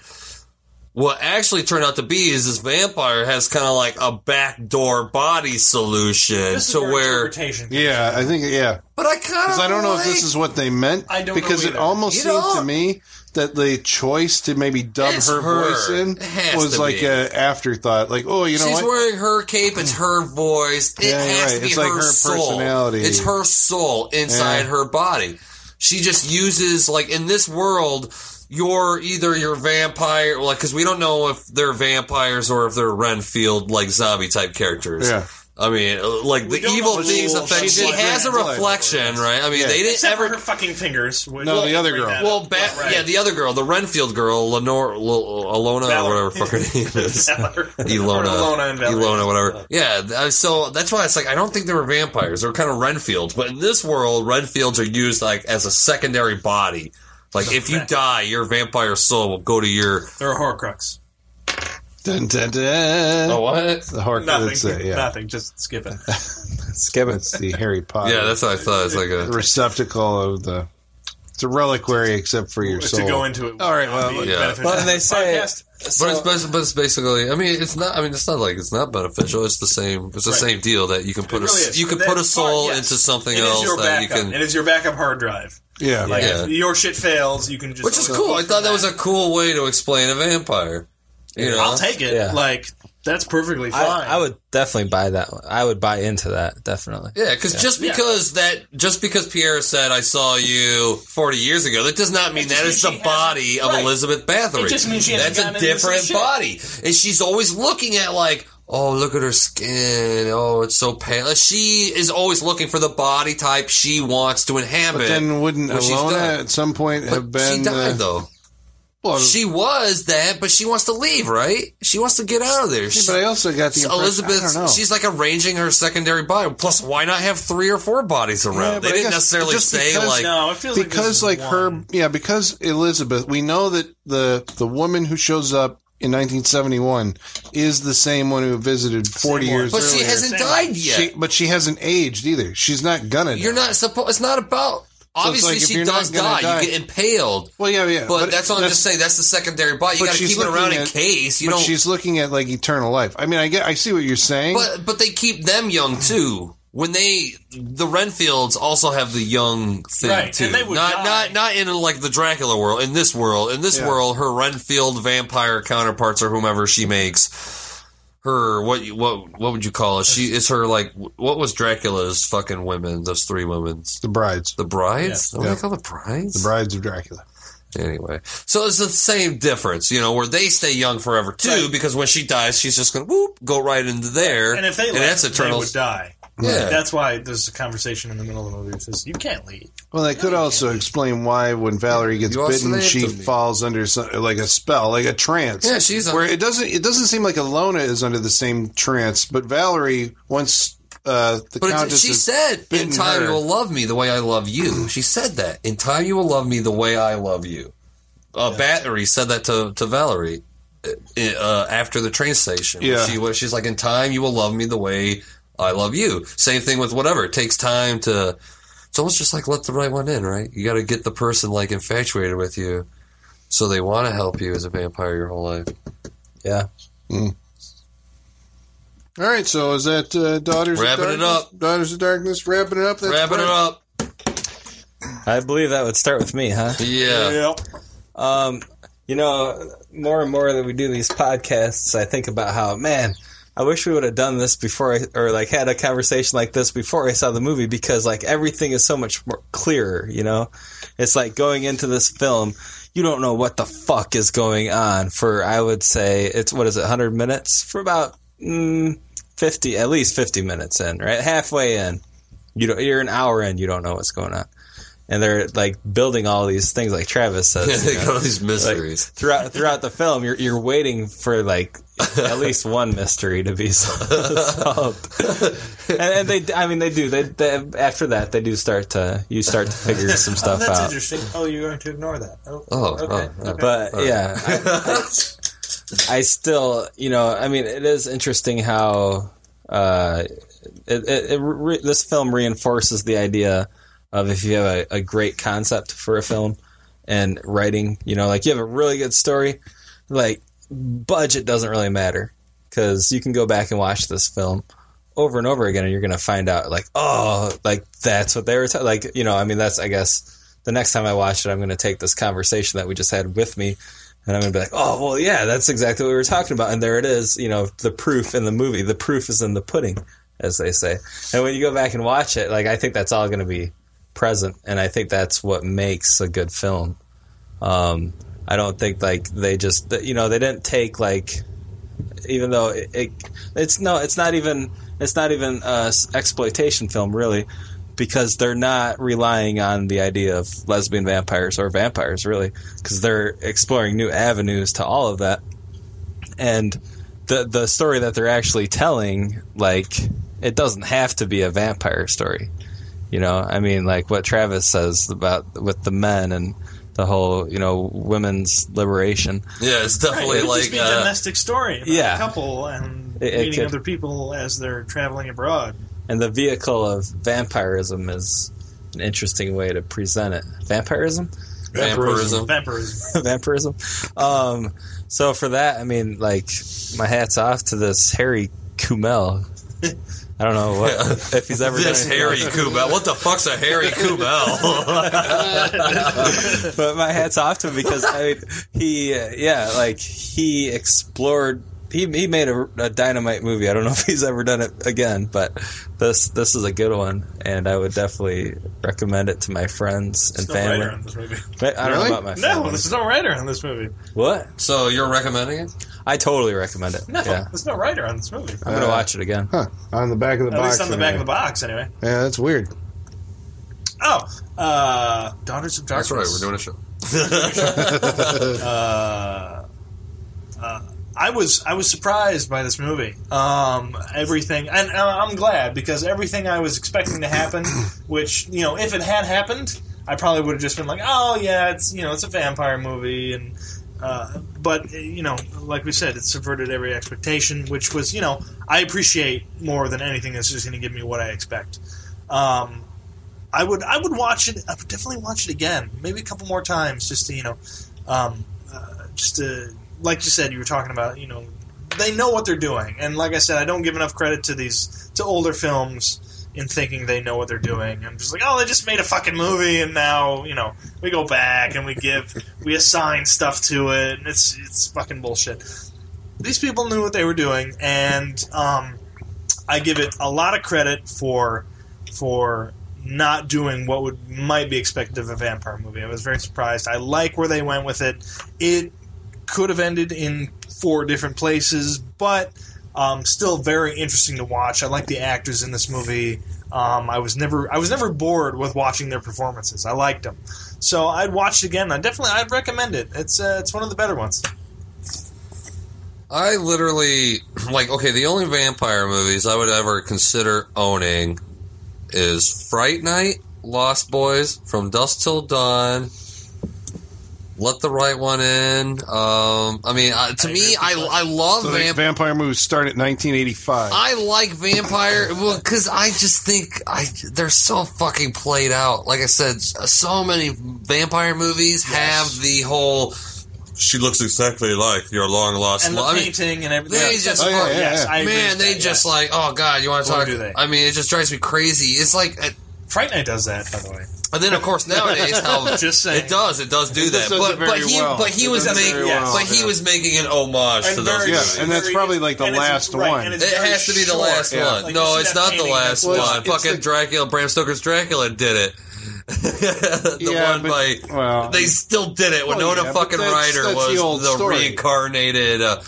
what actually turned out to be is this vampire has kind of like a backdoor body solution
This is
to
your
where
interpretation.
Yeah, I think yeah.
but i kind of
Because I don't know if this is what they meant.
I don't know
because it
either.
almost
You
seemed to
don't-
me that the choice to maybe dub
It's
her,
her.
voice in
It has
was
to
like
be.
an afterthought. Like, oh, you know
She's
what?
wearing her cape. It's her voice. It
Yeah, you're
has
right.
to be
It's
her,
like her
soul.
personality.
It's her soul inside
Yeah.
her body. She just uses like in this world, you're either your vampire, like because we don't know if they're vampires or if they're Renfield like zombie type characters.
Yeah.
I mean, uh, like the
don't
evil
know
things
what
affect.
she
She
did.
has a
Right.
reflection, right? I mean,
Yeah.
they didn't
Except
ever
for her fucking fingers. which-
No, the other
bring
girl.
that
well,
up.
ba-
Right.
yeah, the other girl, the Renfield girl, Lenore, L- Alona,
Valerie.
or whatever fuck her name is.
Valerie.
Elona,
Elona and Valerie.
Elona, whatever. Yeah, th- uh, so that's why it's like I don't think they were vampires. They're kind of Renfields, but in this world, Renfields are used like as a secondary body. Like if you die, your vampire soul will go to your
They're a Horcrux.
Dun, dun, dun.
what?
the heart.
Nothing.
That's it. Yeah.
Nothing. Just skip it.
Skip it.
That's the Harry Potter.
Yeah, that's what I thought. It's like
the
a
receptacle of the. It's a reliquary except for your soul.
To go into it.
All right, well,
would
yeah.
benefit
Well, and they
this
say-
podcast.
But it's,
So-
bas- but it's basically, I mean, it's not. I mean, it's not like it's not beneficial. It's the same. It's the
Right.
same deal that you can put a
It really
s-
is.
you can
That
put a
part,
soul
yes.
into something
It is
else
your
that you
backup.
can.
It is your backup hard drive.
yeah.
Like
Yeah.
if your shit fails, you can just
which is cool. I thought that was a cool way to explain a vampire. You know,
I'll take it.
Yeah.
Like that's perfectly fine.
I, I would definitely buy that. One. I would buy into that definitely.
Yeah, because just
Yeah.
because that, just because Pierre said I saw you forty years ago, that does not mean
just
that
means
is
she
the
hasn't-
body of
right.
Elizabeth Bathory.
It just means she hasn't
that's a
gotten into some
different
shit.
body, and she's always looking at like, oh, look at her skin. Oh, it's so pale. She is always looking for the body type she wants to inhabit.
But then wouldn't
when she's
Alona
done.
at some point have
But
been?
she died
uh, oh.
though.
well,
She was that, but she wants to leave, right? She wants to get out of there.
yeah,
She-
but I also got the
so
impression, I don't know.
Elizabeth, she's like arranging her secondary body. Plus, why not have three or four bodies around?
Yeah, but
they
I
didn't
guess
necessarily
just
say
because-
like.
no, Oh, it feels
because like
like, this is
her
one.
yeah because elizabeth we know that the the woman who shows up in 1971 is the same one who visited 40 years
But she
earlier.
hasn't died yet.
She- but she hasn't aged either. She's not gonna.
You're not supposed. It's not about. Obviously,
like if
she
you're not
does die.
gonna die-
You get impaled.
Well, yeah, yeah.
But,
but
that's what I'm
that's-
just saying. That's the secondary body. You got to keep it
looking
around in
at-
case. You
but
don't.
She's looking at like eternal life. I mean, I get, I see what you're saying.
But but they keep them young too. When they the Renfields also have the young thing
Right,
too.
and they would
not
die.
not not in like the Dracula world. In this world, in this
Yeah.
world, her Renfield vampire counterparts or whomever she makes. Her what you- what what would you call it? She is her like what was Dracula's fucking women? Those three women's
the brides,
the brides. What do
Yeah.
they call the brides?
the brides of Dracula.
Anyway, so it's the same difference, you know, where they stay young forever too, because when she dies, she's just gonna whoop go right into there,
And if they
and
left,
that's
they
eternal.
would die.
Yeah.
That's why there's a conversation in the middle of the movie that says, you can't leave.
Well, that could also explain why when Valerie gets
You also
bitten,
have
she
to be.
falls under some, like a spell, like a trance.
Yeah, she's a-
where it doesn't it doesn't seem like Alona is under the same trance, but Valerie once uh, the
But it's,
countess
she
is-
said, "In
bitten
time
her.
you will love me the way I love you." She said that. "In time you will love me the way I love you." Uh, Battery said that to to Valerie uh, uh, after the train station.
Yeah.
she was. She's like, "In time you will love me the way I love you." Same thing with whatever. It takes time to. It's almost just like let the right one in, right? You got to get the person like infatuated with you, so they want to help you as a vampire your whole life.
Yeah.
All right, so is that uh, daughters
Wrapping
of
it
darkness?
up.
Daughters of darkness, wrapping it up. That's
Wrapping it
fine.
up,
I believe that would start with me, huh?
yeah.
Um, you know, more and more that we do these podcasts, I think about how, man, I wish we would have done this before I, or like had a conversation like this before I saw the movie because like everything is so much more clearer, you know? It's like going into this film, you don't know what the fuck is going on for, I would say, it's what is it, 100 minutes? For about mm, 50, at least 50 minutes in, right? Halfway in. You don't, you're an hour in, you don't know what's going on. And they're like building all these things, like Travis says.
Yeah,
you
they
know?
got all these mysteries.
throughout throughout the film, you're you're waiting for like at least one mystery to be sol- solved. And, and they, I mean, they do. They, they after that, they do start to you start to figure some
Oh,
stuff
that's
out.
interesting. Oh, you're going to ignore that. Oh,
Oh,
okay.
oh, oh.
okay.
But yeah, I, I- I still, you know, I mean, it is interesting how uh, it, it, it re- this film reinforces the idea of if you have a, a great concept for a film and writing, you know, like you have a really good story, like budget doesn't really matter because you can go back and watch this film over and over again and you're going to find out like oh like that's what they were ta- like you know i mean that's i guess the next time i watch it i'm going to take this conversation that we just had with me and i'm going to be like oh well yeah that's exactly what we were talking about and there it is you know the proof in the movie the proof is in the pudding as they say and when you go back and watch it like i think that's all going to be present and i think that's what makes a good film um i don't think like they just you know they didn't take like even though it, it it's no it's not even it's not even a s- exploitation film really because they're not relying on the idea of lesbian vampires or vampires really because they're exploring new avenues to all of that and the the story that they're actually telling like it doesn't have to be a vampire story you know i mean like what travis says about with the men and the whole you know women's liberation
Yeah, it's
Right,
definitely
it could
like
just be a
uh,
domestic story about
yeah.
a couple and
It- it
meeting
could-
other people as they're traveling abroad.
and the vehicle of vampirism is an interesting way to present it. Vampirism,
vampirism.
Vampirism.
vampirism. Um, so for that, I mean, like, my hats off to this Harry Kumel. I don't know what, if he's ever
This
done anything
Harry
like-
Kubel. What the fuck's a Harry Kubel?
but my hat's off to him because I mean, he, uh, yeah, like he explored. He, he made a, a dynamite movie. I don't know if he's ever done it again, but this this is a good one, and I would definitely recommend it to my friends and
There's no
family.
writer in this movie.
I don't
Really?
know about my
No,
family.
there's no writer on this movie.
what?
so you're recommending it?
I totally recommend it.
No,
Yeah,
there's no writer on this movie.
I'm gonna watch it again.
Huh. On the back of the
At
box.
least on the back of the box, anyway.
the Yeah, that's weird.
Oh, uh, Daughters of Darkness.
That's right. We're doing a show.
uh, uh, I was I was surprised by this movie. Um, everything, and uh, I'm glad because everything I was expecting to happen, which you know, if it had happened, I probably would have just been like, "Oh yeah, it's you know, it's a vampire movie," and Uh, but you know, like we said, it subverted every expectation, which was you know I appreciate more than anything. It's just going to give me what I expect. Um, I would I would watch it. I would definitely watch it again, maybe a couple more times, just to you know, um, uh, just to like you said, you were talking about you know they know what they're doing, and like I said, I don't give enough credit to these to older films in thinking they know what they're doing. I'm just like, oh, they just made a fucking movie, and now you know we go back and we give we assign stuff to it, and it's it's fucking bullshit. These people knew what they were doing, and um, I give it a lot of credit for for not doing what would might be expected of a vampire movie. I was very surprised. I like where they went with it. It could have ended in four different places, but um, still very interesting to watch. I like the actors in this movie. Um, I was never I was never bored with watching their performances. I liked them, so I'd watch it again. I definitely I'd recommend it. It's uh, it's one of the better ones.
I literally like okay, the only vampire movies I would ever consider owning is Fright Night, Lost Boys, From Dusk Till Dawn, Let the Right One In. Um, I mean, uh, to me, I I love
So the
vampire.
vampire movies start at 1985.
I like vampire well because I just think I they're so fucking played out. Like I said, so many vampire movies have the whole. She looks exactly like your long lost
And the
love. I mean,
painting and everything.
they
Yes,
just
that's-
fuck-
yes, I agree
man,
with
they
that,
just
yes.
like oh god, you want to
Or
talk?
do they?
I mean, it just drives me crazy. It's like, uh,
Fright Night does that, by the way.
and then of course nowadays how
Just saying.
it does, it does do
It
that.
does
But
it very
but he
well.
but he
It
was
does it
making
very well,
but he
yeah.
was making an homage to those.
very-
Yeah,
movies.
and that's
very-
probably, like, the
and it's-
last
right,
one.
and it's
It
very
has to be the
short.
last
Yeah.
one.
Like, you
no,
see
it's
that
not the
painting,
last
that's-
one.
it's
Fucking
the-
Dracula, Bram Stoker's Dracula did it. the
Yeah,
one
but-
by
well-
they still did it.
Well,
Winona
yeah, but
fucking
that's-
Ryder
that's the
was
old
the,
story.
reincarnated. Uh,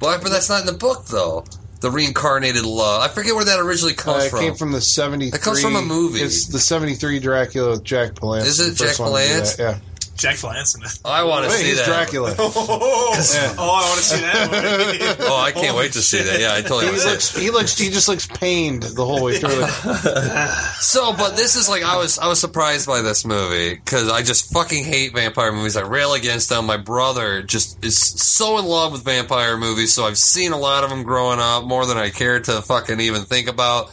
but, but that's not in the book though. The reincarnated love. I forget where that originally
Uh,
comes
it
from.
came from the 73.
It comes from a movie.
It's the 73 Dracula with Jack Palance.
Is it
The first
Jack
one to do
Palance?
that, Yeah.
Jack Flanson.
I want to
Wait,
see
he's
that.
Dracula.
Oh, oh, I want to see that one.
Oh, I can't wait to see that. Yeah, I totally
he
want to see it.
looks. He looks. He just looks pained the whole way through. it.
So, but this is like I was I was surprised by this movie because I just fucking hate vampire movies. I rail against them. My brother just is so in love with vampire movies, so I've seen a lot of them growing up, more than I care to fucking even think about.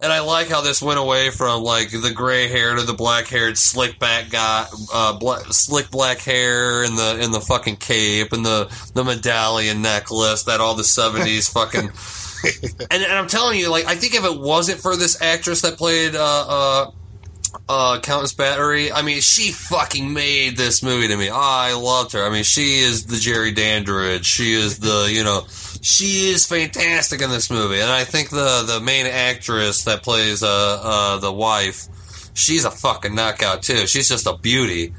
And I like how this went away from like the gray hair to the black haired slick back guy, uh, black, slick black hair, and the and the fucking cape and the the medallion necklace that all the seventies fucking and, and I'm telling you, like, I think if it wasn't for this actress that played uh, uh, uh, Countess Battery, I mean, she fucking made this movie to me. I loved her. I mean, she is the Jerry Dandridge. She is the, you know, she is fantastic in this movie. And I think the the main actress that plays uh, uh, the wife, she's a fucking knockout too. She's just a beauty.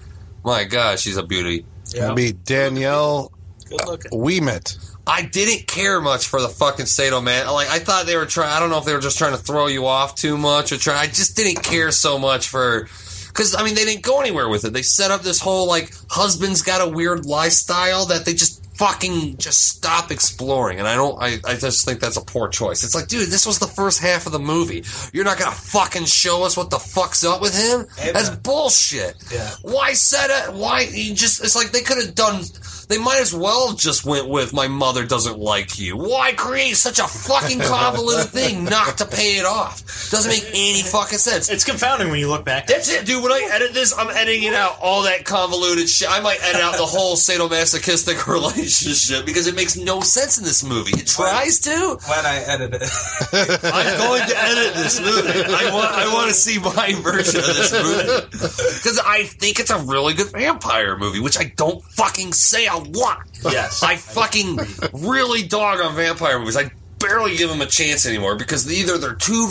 My God, she's a beauty.
That'd be Danielle
Good looking.
Weemit.
I didn't care much for the fucking Sato man. Like I thought they were trying. I don't know if they were just trying to throw you off too much or try. I just didn't care so much for. Because I mean, they didn't go anywhere with it. They set up this whole like husband's got a weird lifestyle that they just fucking just stop exploring. And I don't. I, I just think that's a poor choice. It's like, dude, this was the first half of the movie. You're not gonna fucking show us what the fuck's up with him. That's bullshit.
Yeah.
Why set it? Why you just? It's like they could have done. They might as well just went with my mother doesn't like you. Why create such a fucking convoluted thing not to pay it off? Doesn't make any fucking sense.
It's confounding when you look back.
That's it, dude. When I edit this, I'm editing it out all that convoluted shit. I might edit out the whole sadomasochistic relationship because it makes no sense in this movie. It tries to.
When I edit it.
I'm going to edit this movie. I want I want to see my version of this movie because I think it's a really good vampire movie, which I don't fucking say a lot.
Yes.
I fucking really dog on vampire movies. I barely give them a chance anymore because either they're too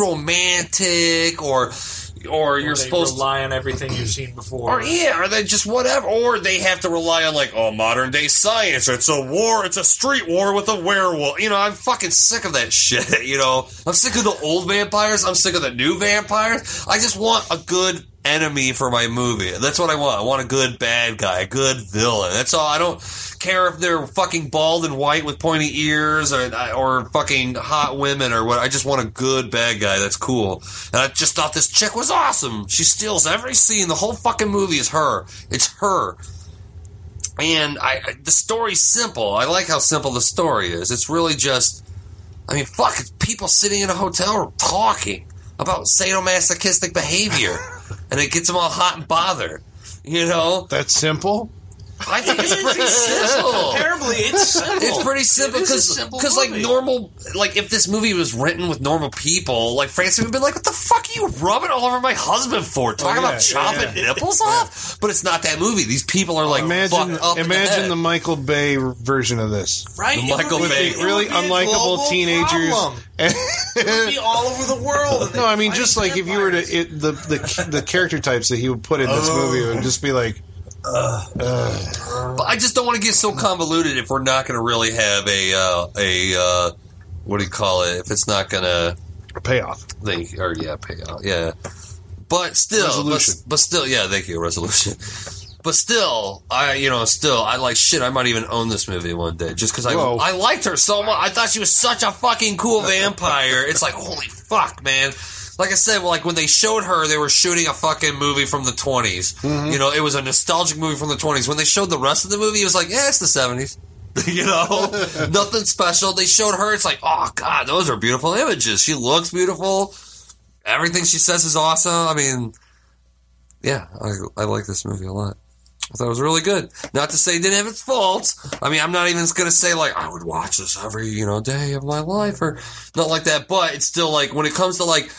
romantic or or you're
They
supposed to.
rely on everything you've seen before.
Or yeah, or they just whatever, or they have to rely on like oh modern day science. It's a war. It's a street war with a werewolf. You know, I'm fucking sick of that shit. You know, I'm sick of the old vampires. I'm sick of the new vampires. I just want a good enemy for my movie. That's what I want. I want a good bad guy, a good villain. That's all. I don't care if they're fucking bald and white with pointy ears or or fucking hot women or what. I just want a good bad guy that's cool. And I just thought this chick was awesome. She steals every scene. The whole fucking movie is her. It's her. and I, I the story's simple. I like how simple the story is. It's really just, I mean, fuck, it's people sitting in a hotel room talking about sadomasochistic behavior, and it gets them all hot and bothered. You know,
that's simple.
I think it's pretty simple.
Apparently, it's simple.
It's pretty simple
It is a
because
simple
because like
movie.
normal like if this movie was written with normal people, like Francis would have been like, "What the fuck are you rubbing all over my husband for? Talking
Oh, yeah,
about chopping nipples off?" But it's not that movie. These people are like,
Imagine,
fucked up in
imagine
the,
the,
head.
Michael Bay version of this.
Right?
The
It would
Michael
be-
Bay.
it would
Really
be a
unlikable
global
teenagers.
problem. It would be all over the world.
No, I mean just like if you were to it, the the the character types that he would put in this
Oh.
movie would just be like,
But I just don't want to get so convoluted if we're not going to really have a uh, a uh, what do you call it? If it's not going to
payoff.
think or yeah, payout, yeah. But still,
Resolution.
but, but still, yeah. Thank you, resolution. But still, I you know still I like shit. I might even own this movie one day just because I
Whoa.
I liked her so much. I thought she was such a fucking cool vampire. It's like holy fuck, man. Like I said, like when they showed her, they were shooting a fucking movie from the 20s You know, it was a nostalgic movie from the twenties. When they showed the rest of the movie, it was like, yeah, it's the seventies. you know, nothing special. They showed her. It's like, oh god, those are beautiful images. She looks beautiful. Everything she says is awesome. I mean, yeah, I, I like this movie a lot. I thought it was really good. Not to say it didn't have its faults. I mean, I'm not even going to say like I would watch this every you know day of my life or not like that. But it's still like when it comes to like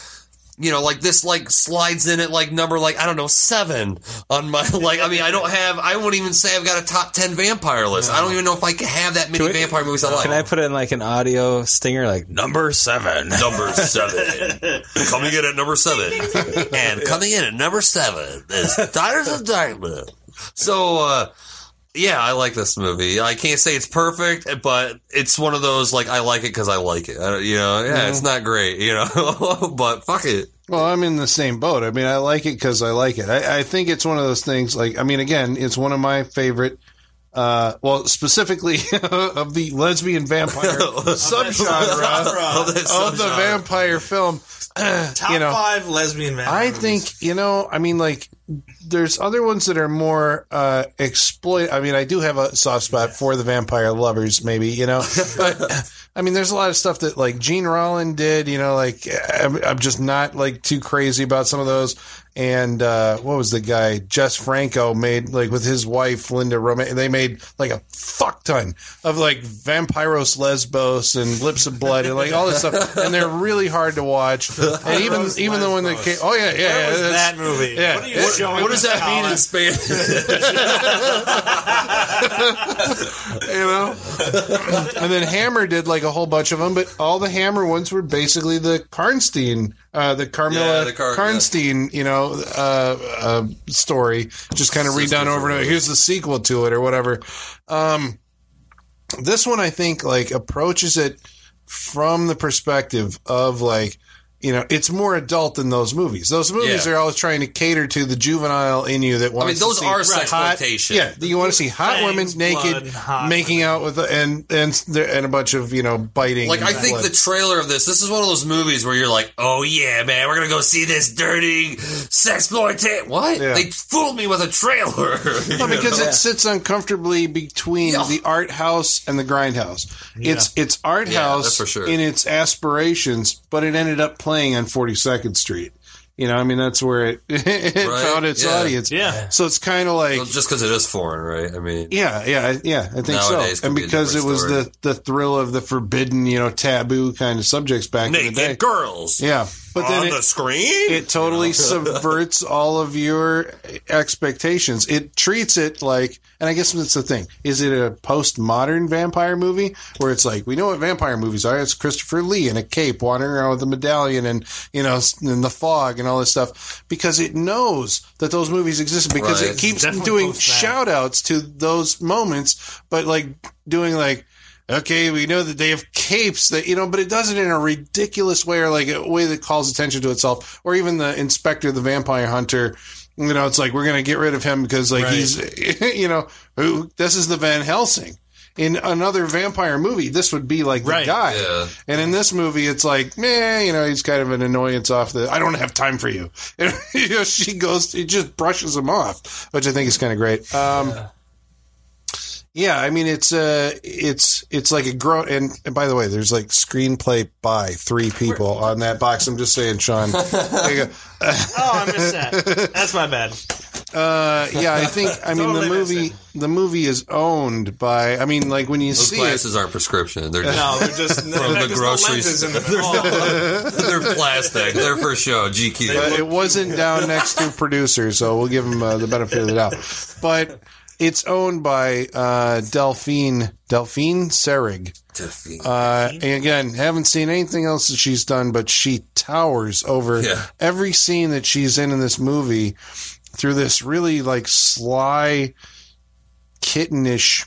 you know like this like slides in at like number like I don't know seven on my like I mean I don't have I wouldn't even say I've got a top ten vampire list. I don't even know if I can have that many
Can we-
vampire movies I like.
Can I put in like an audio stinger, like number seven?
Number seven. coming in at number seven. and coming in at number seven is Daughters of Darkness. So, uh, yeah, I like this movie. I can't say it's perfect, but it's one of those, like, I like it because I like it. I don't- you know, yeah, it's not great, you know, but fuck it.
Well, I'm in the same boat. I mean, I like it because I like it. I, I think it's one of those things. Like, I mean, again, it's one of my favorite. Uh, well, specifically of the lesbian vampire subgenre
Genre.
of the vampire film.
Top
you know,
five lesbian vampire
I
movies.
think you know. I mean, like, there's other ones that are more uh, exploit. I mean, I do have a soft spot for the vampire lovers, maybe you know. But I mean, there's a lot of stuff that like Gene Rollin did. You know, like I'm, I'm just not like too crazy about some of those. And uh, what was the guy? Jess Franco made like with his wife Linda Romain. They made like a fuck ton of like Vampiros Lesbos and Lips of Blood and like all this stuff. And they're really hard to watch. And even
Vampiros
even the one that
Lesbos.
came. Oh yeah, yeah, yeah.
Where was
that's-
that movie?
yeah.
What, are you
What-
showing
What does
me,
that mean in
Colin?
Spanish?
you know. and then Hammer did like a whole bunch of them, but all the Hammer ones were basically the Karnstein, uh, the Carmilla
Yeah, the Car-
Karnstein, you know, uh, uh, story, just kind of redone over and over. Here's the sequel to it or whatever. Um, this one, I think, like approaches it from the perspective of like. You know, it's more adult than those movies. Those movies
Yeah.
are always trying to cater to the juvenile in you that wants. to
those
see
are
hot-
sexploitation.
Yeah, you want to see hot
Fangs,
women naked,
blood, hot
making out with and and there- and a bunch of you know biting.
Like I
and
think
blood.
the trailer of this, this is one of those movies where you're like, "Oh yeah, man, we're gonna go see this dirty sexploitation." What?
Yeah.
They fooled me with a trailer.
No, because
You know?
it sits uncomfortably between
Yeah.
the art house and the grindhouse. It's it's art
Yeah,
house
that's for sure.
in its aspirations, but it ended up playing on Forty Second Street. You know, I mean that's where it, it
Right,
found its
yeah.
audience.
Yeah.
So it's kind of like
Well, just because it is foreign, right? I mean,
Yeah, yeah, I- yeah. I think
Nowadays could
so. And
be a
because it
different
was
story.
the the thrill of the forbidden, you know, taboo kind of subjects back in the day.
naked girls
Yeah, but then
on
it,
the screen.
it totally subverts all of your expectations. It treats it like, and I guess that's the thing. Is it a postmodern vampire movie where it's like we know what vampire movies are? It's Christopher Lee in a cape wandering around with a medallion, and you know, s- and the fog and all this stuff because it knows that those movies existed because
Right.
it keeps
Definitely
doing
post that.
shout outs to those moments, but like doing like okay, we know that they have capes that you know, but it does it in a ridiculous way or like a way that calls attention to itself, or even the inspector, the vampire hunter. You know, it's like we're gonna get rid of him because like
Right.
he's you know, who this is the Van Helsing. In another vampire movie, this would be like the
Right.
guy.
Yeah.
And in this movie, it's like, meh, you know, he's kind of an annoyance off the, I don't have time for you. And, you know, she goes, it just brushes him off, which I think is kind of great. Um, Yeah, I mean it's uh it's it's like a grow and, and by the way, there's like screenplay by three people on that box. I'm just saying, Sean. There you go.
Oh, I missed that. That's my bad.
Uh, yeah, I think I mean
Totally
the movie the movie is owned by I mean like when you
Those
see it,
glasses aren't prescription. They're just
No, they're just from
from the grocery store. They're, they're plastic. They're for show.
but
GQ.
it wasn't down next to producer, so we'll give him uh, the benefit of the doubt. But it's owned by uh, Delphine Delphine Serig. Uh, and again, haven't seen anything else that she's done, but she towers over
Yeah.
every scene that she's in in this movie through this really like sly kittenish.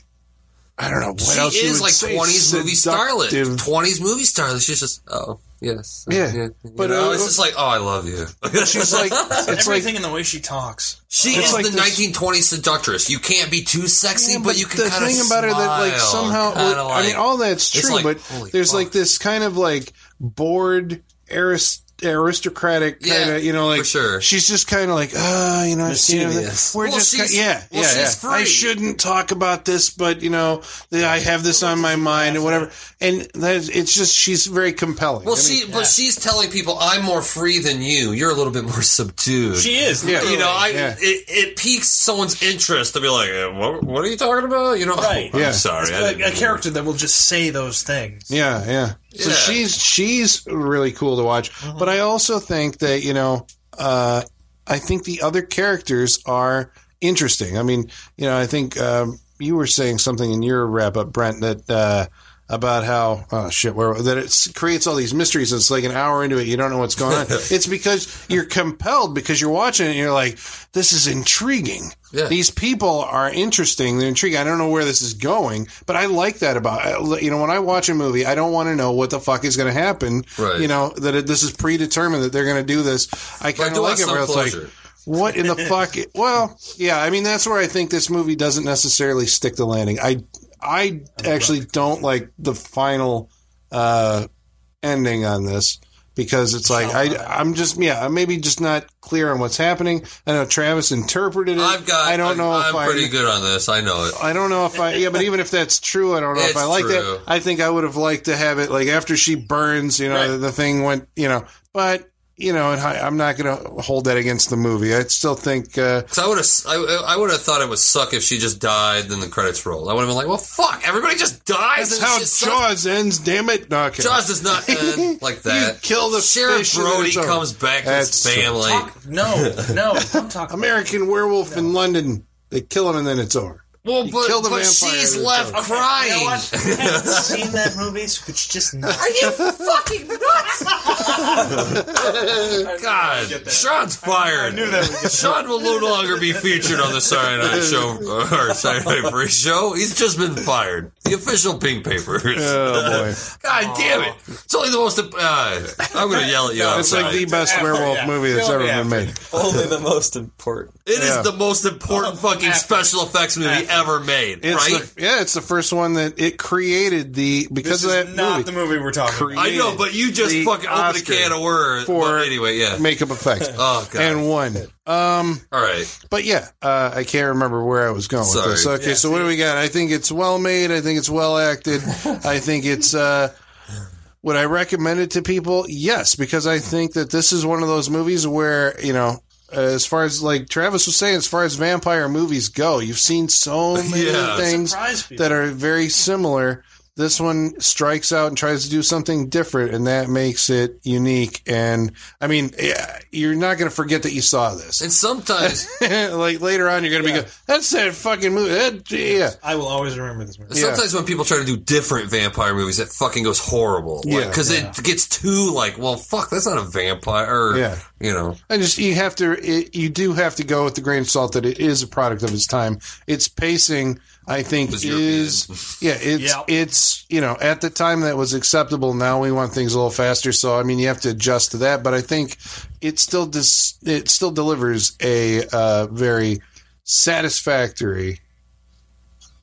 I don't know what
she
else you
is
would
like
say,
twenties movie starlet.
seductive.
Twenties movie starlet. She's just oh yes
Yeah, but,
But
uh,
it's just like oh I love you.
She's like it's like
Everything in the way she talks.
She
It's
is
like
the
this-
1920s seductress. You can't be too sexy,
Yeah,
but, you can
the
kind of
thing about her that like somehow I mean all that's
It's
true,
like,
but
holy
there's
fuck.
like this kind of like bored arist- aristocratic
Yeah,
kind of you know like
for sure.
she's just kind of like uh you know I've seen everything.
Mischievous.
we're
Well,
just ki-
she's-
yeah
well,
yeah,
she's
yeah. I
free.
shouldn't talk about this but you know that I have this on my mind and whatever and that it's just she's very compelling
well,
I mean,
she but she's telling people I'm more free than you. You're a little bit more subdued.
She is.
Yeah.
you know, I
Yeah.
it, it piques someone's interest to be like, eh, what, what are you talking about? You know,
Right.
oh, I'm
Yeah.
sorry, I
Like
didn't
a
mean-
character that will just say those things.
Yeah, yeah. So
Yeah.
she's she's really cool to watch. But I also think that you know, uh, I think the other characters are interesting. I mean, you know, I think um, you were saying something in your wrap up, Brent, that uh, about how oh shit, where that it creates all these mysteries. It's like an hour into it, you don't know what's going on. it's because you're compelled because you're watching it. and You're like, this is intriguing.
Yeah.
These people are interesting. They're intriguing. I don't know where this is going, but I like that about I- you know when I watch a movie, I don't want to know what the fuck is going to happen.
Right.
You know that it, this is predetermined that they're going to do this. I
But I
kind
do
of
like
like it
some
where it's like,
closure.
what in the fuck? Well, yeah, I mean that's where I think this movie doesn't necessarily stick the landing. I I actually don't like the final uh, ending on this because it's like I I'm just yeah I'm maybe just not clear on what's happening. I know Travis interpreted it.
I've got.
I don't
I'm,
know if
I'm
I
pretty good on this. I know it.
I don't know if I yeah, but even if that's true, I don't know if
It's
I like
true.
that. I think I would have liked to have it like after she burns, you know, the, the thing went, you know, but you know, and I, I'm not going to hold that against the movie. I still think uh,
Cause I would have, I, I would have thought it would suck if she just died. Then the credits rolled. I would have been like, "Well, fuck! Everybody just dies."
that's
and
how
shit sucks.
Jaws ends. Damn it! No, okay.
Jaws does not end like that.
You kill the
Sheriff
fish and then
Brody
it's over.
comes back to
That's
his
true.
family.
No, no, don't talk about
American Werewolf in London. They kill him and then it's over.
Well,
You
but,
kill the
but
vampire
she's
and it's
left
over.
Okay,
crying.
You know what? I haven't seen that movie, so could you just not?
Are you fucking nuts? God, Sean's fired. Sean will no longer be featured on the Saturday Night Show or Saturday Night Free Show. He's just been fired. The official pink papers.
Oh boy,
God damn it! It's only the most. Uh, I'm gonna yell at you.
it's like the
outside.
best werewolf movie that's ever been made.
Only the most important.
It is
yeah. Oh,
the most important fucking special effects movie ever made,
It's
right?
the, yeah, it's the first one that it created the because
This
of that
is not
movie.
the movie we're talking about.
I know, but you just
the
fucking opened
Oscar
a can of worms.
for-
But anyway, yeah.
Makeup effects
Oh god. Oh,
and won it. Um,
All right.
But yeah, uh, I can't remember where I was going
Sorry.
with this. Okay, so what do we got? I think it's well made. I think it's well acted. I think it's. Uh, would I recommend it to people? Yes, because I think that this is one of those movies where you know, as far as like Travis was saying, as far as vampire movies go, you've seen so many
Yeah.
things
Surprise people.
that are very similar. This one strikes out and tries to do something different, and that makes it unique. And I mean, yeah, you're not going to forget that you saw this.
And sometimes
like later on, you're gonna be going, that's that fucking movie. That, yeah,
I will always remember this movie.
Sometimes when people try to do different vampire movies, it fucking goes horrible.
Yeah.
Because it gets too, like, well, fuck, that's not a vampire. Or,
Yeah.
You know.
I just you have to it, you do have to go with the grain of salt that it is a product of its time. Its pacing, I think,
Was
is yeah, it's
Yeah.
it's you know at the time that was acceptable. Now we want things a little faster, so I mean you have to adjust to that. But I think it still dis, it still delivers a uh, very satisfactory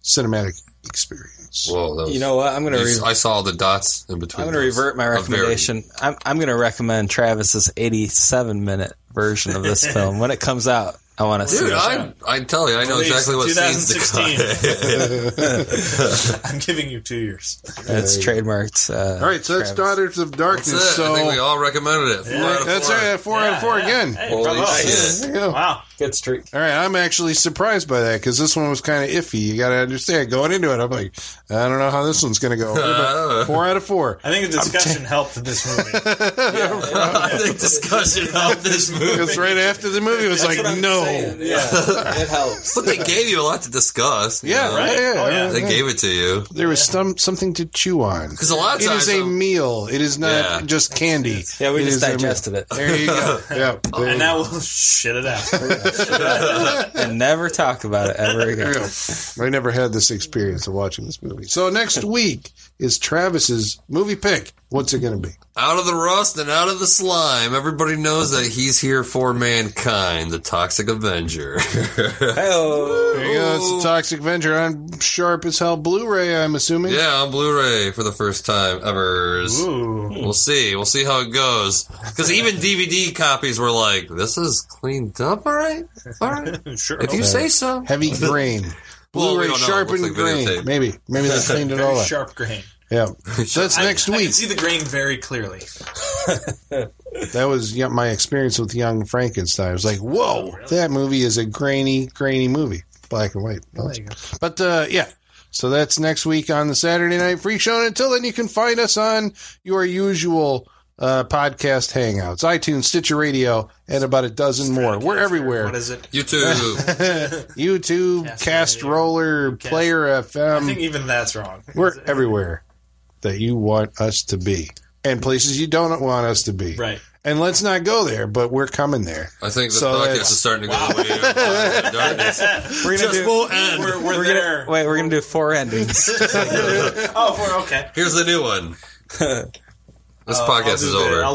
cinematic experience.
Whoa, that was,
You know what? I'm gonna.
you-
Re-
I saw the dots in between.
I'm gonna
those.
revert my
A very-
recommendation. I'm I'm gonna recommend Travis's 87 minute version of this film when it comes out I want to see.
Dude,
it.
I, I tell you, I know
Released
exactly what scenes to
2016.
cut.
I'm giving you two years.
It's trademarked. Uh,
All right, so that's Daughters of Darkness.
That's it.
So
I think we all recommended it. Four out of
that's
four.
right, four out of four again.
Holy shit.
There you go.
Wow.
Good streak.
All right, I'm actually surprised by that because this one was kind of iffy. You got to understand going into it. I'm like, I don't know how this one's going to go. But four out of four.
I think the discussion helped this movie.
I think discussion helped this movie.
Because right after the movie was like, no,
Yeah, it helps.
But they gave you a lot to discuss. you
yeah,
know?
right, yeah,
Oh, yeah.
yeah,
They
yeah.
gave it to you.
There was some something to chew on.
Because a lot of
It
times.
is a
um,
meal. It is not
Yeah.
just candy.
Yeah, we
It
just
is a meal.
digested it
There you go. Yeah. there
Oh, and
you
now we'll shit it out.
and never talk about it ever again.
go. I never had this experience of watching this movie. So next week is Travis's movie pick. What's it going to be?
out of the rust and out of the slime. Everybody knows that he's here for mankind, the toxic avenger.
Hey-oh.
There you go. It's a Toxic Avenger on sharp as hell Blu-ray. I'm assuming.
yeah, on Blu-ray for the first time ever.
Ooh.
We'll see. We'll see how it goes. Because even DVD copies were like, "This is cleaned up, all right, all right."
Sure.
If you say so.
Heavy grain.
Well, we
Blu-ray
don't know.
sharpened
It looks like
grain.
videotape.
Maybe. Maybe that cleaned it all
very
up.
sharp grain.
Yeah. So that's
I-
next
I
week.
can see the grain very clearly.
That was yeah, my experience with Young Frankenstein. I was like, whoa, that movie is a grainy, grainy movie. Black and white. But uh, yeah. So that's next week on the Saturday Night Free Show. And until then, you can find us on your usual uh, podcast hangouts, iTunes, Stitcher Radio, and about a dozen more. We're everywhere.
What is it?
YouTube.
YouTube,
Cast
Cast
Radio,
Roller, Player
I think
FM.
even that's wrong.
Um, We're everywhere that you want us to be, and places you don't want us to be.
Right.
And let's not go there, but we're coming there.
I think the
So
podcast
that's-
is starting to go away. into darkness.
We're gonna
Just
do.
won't end.
We're, we're, there.
Wait, we're gonna do four endings.
oh, we're okay.
Here's the new one. This
Uh, I'll
podcast
do
is
the-
over.
I'll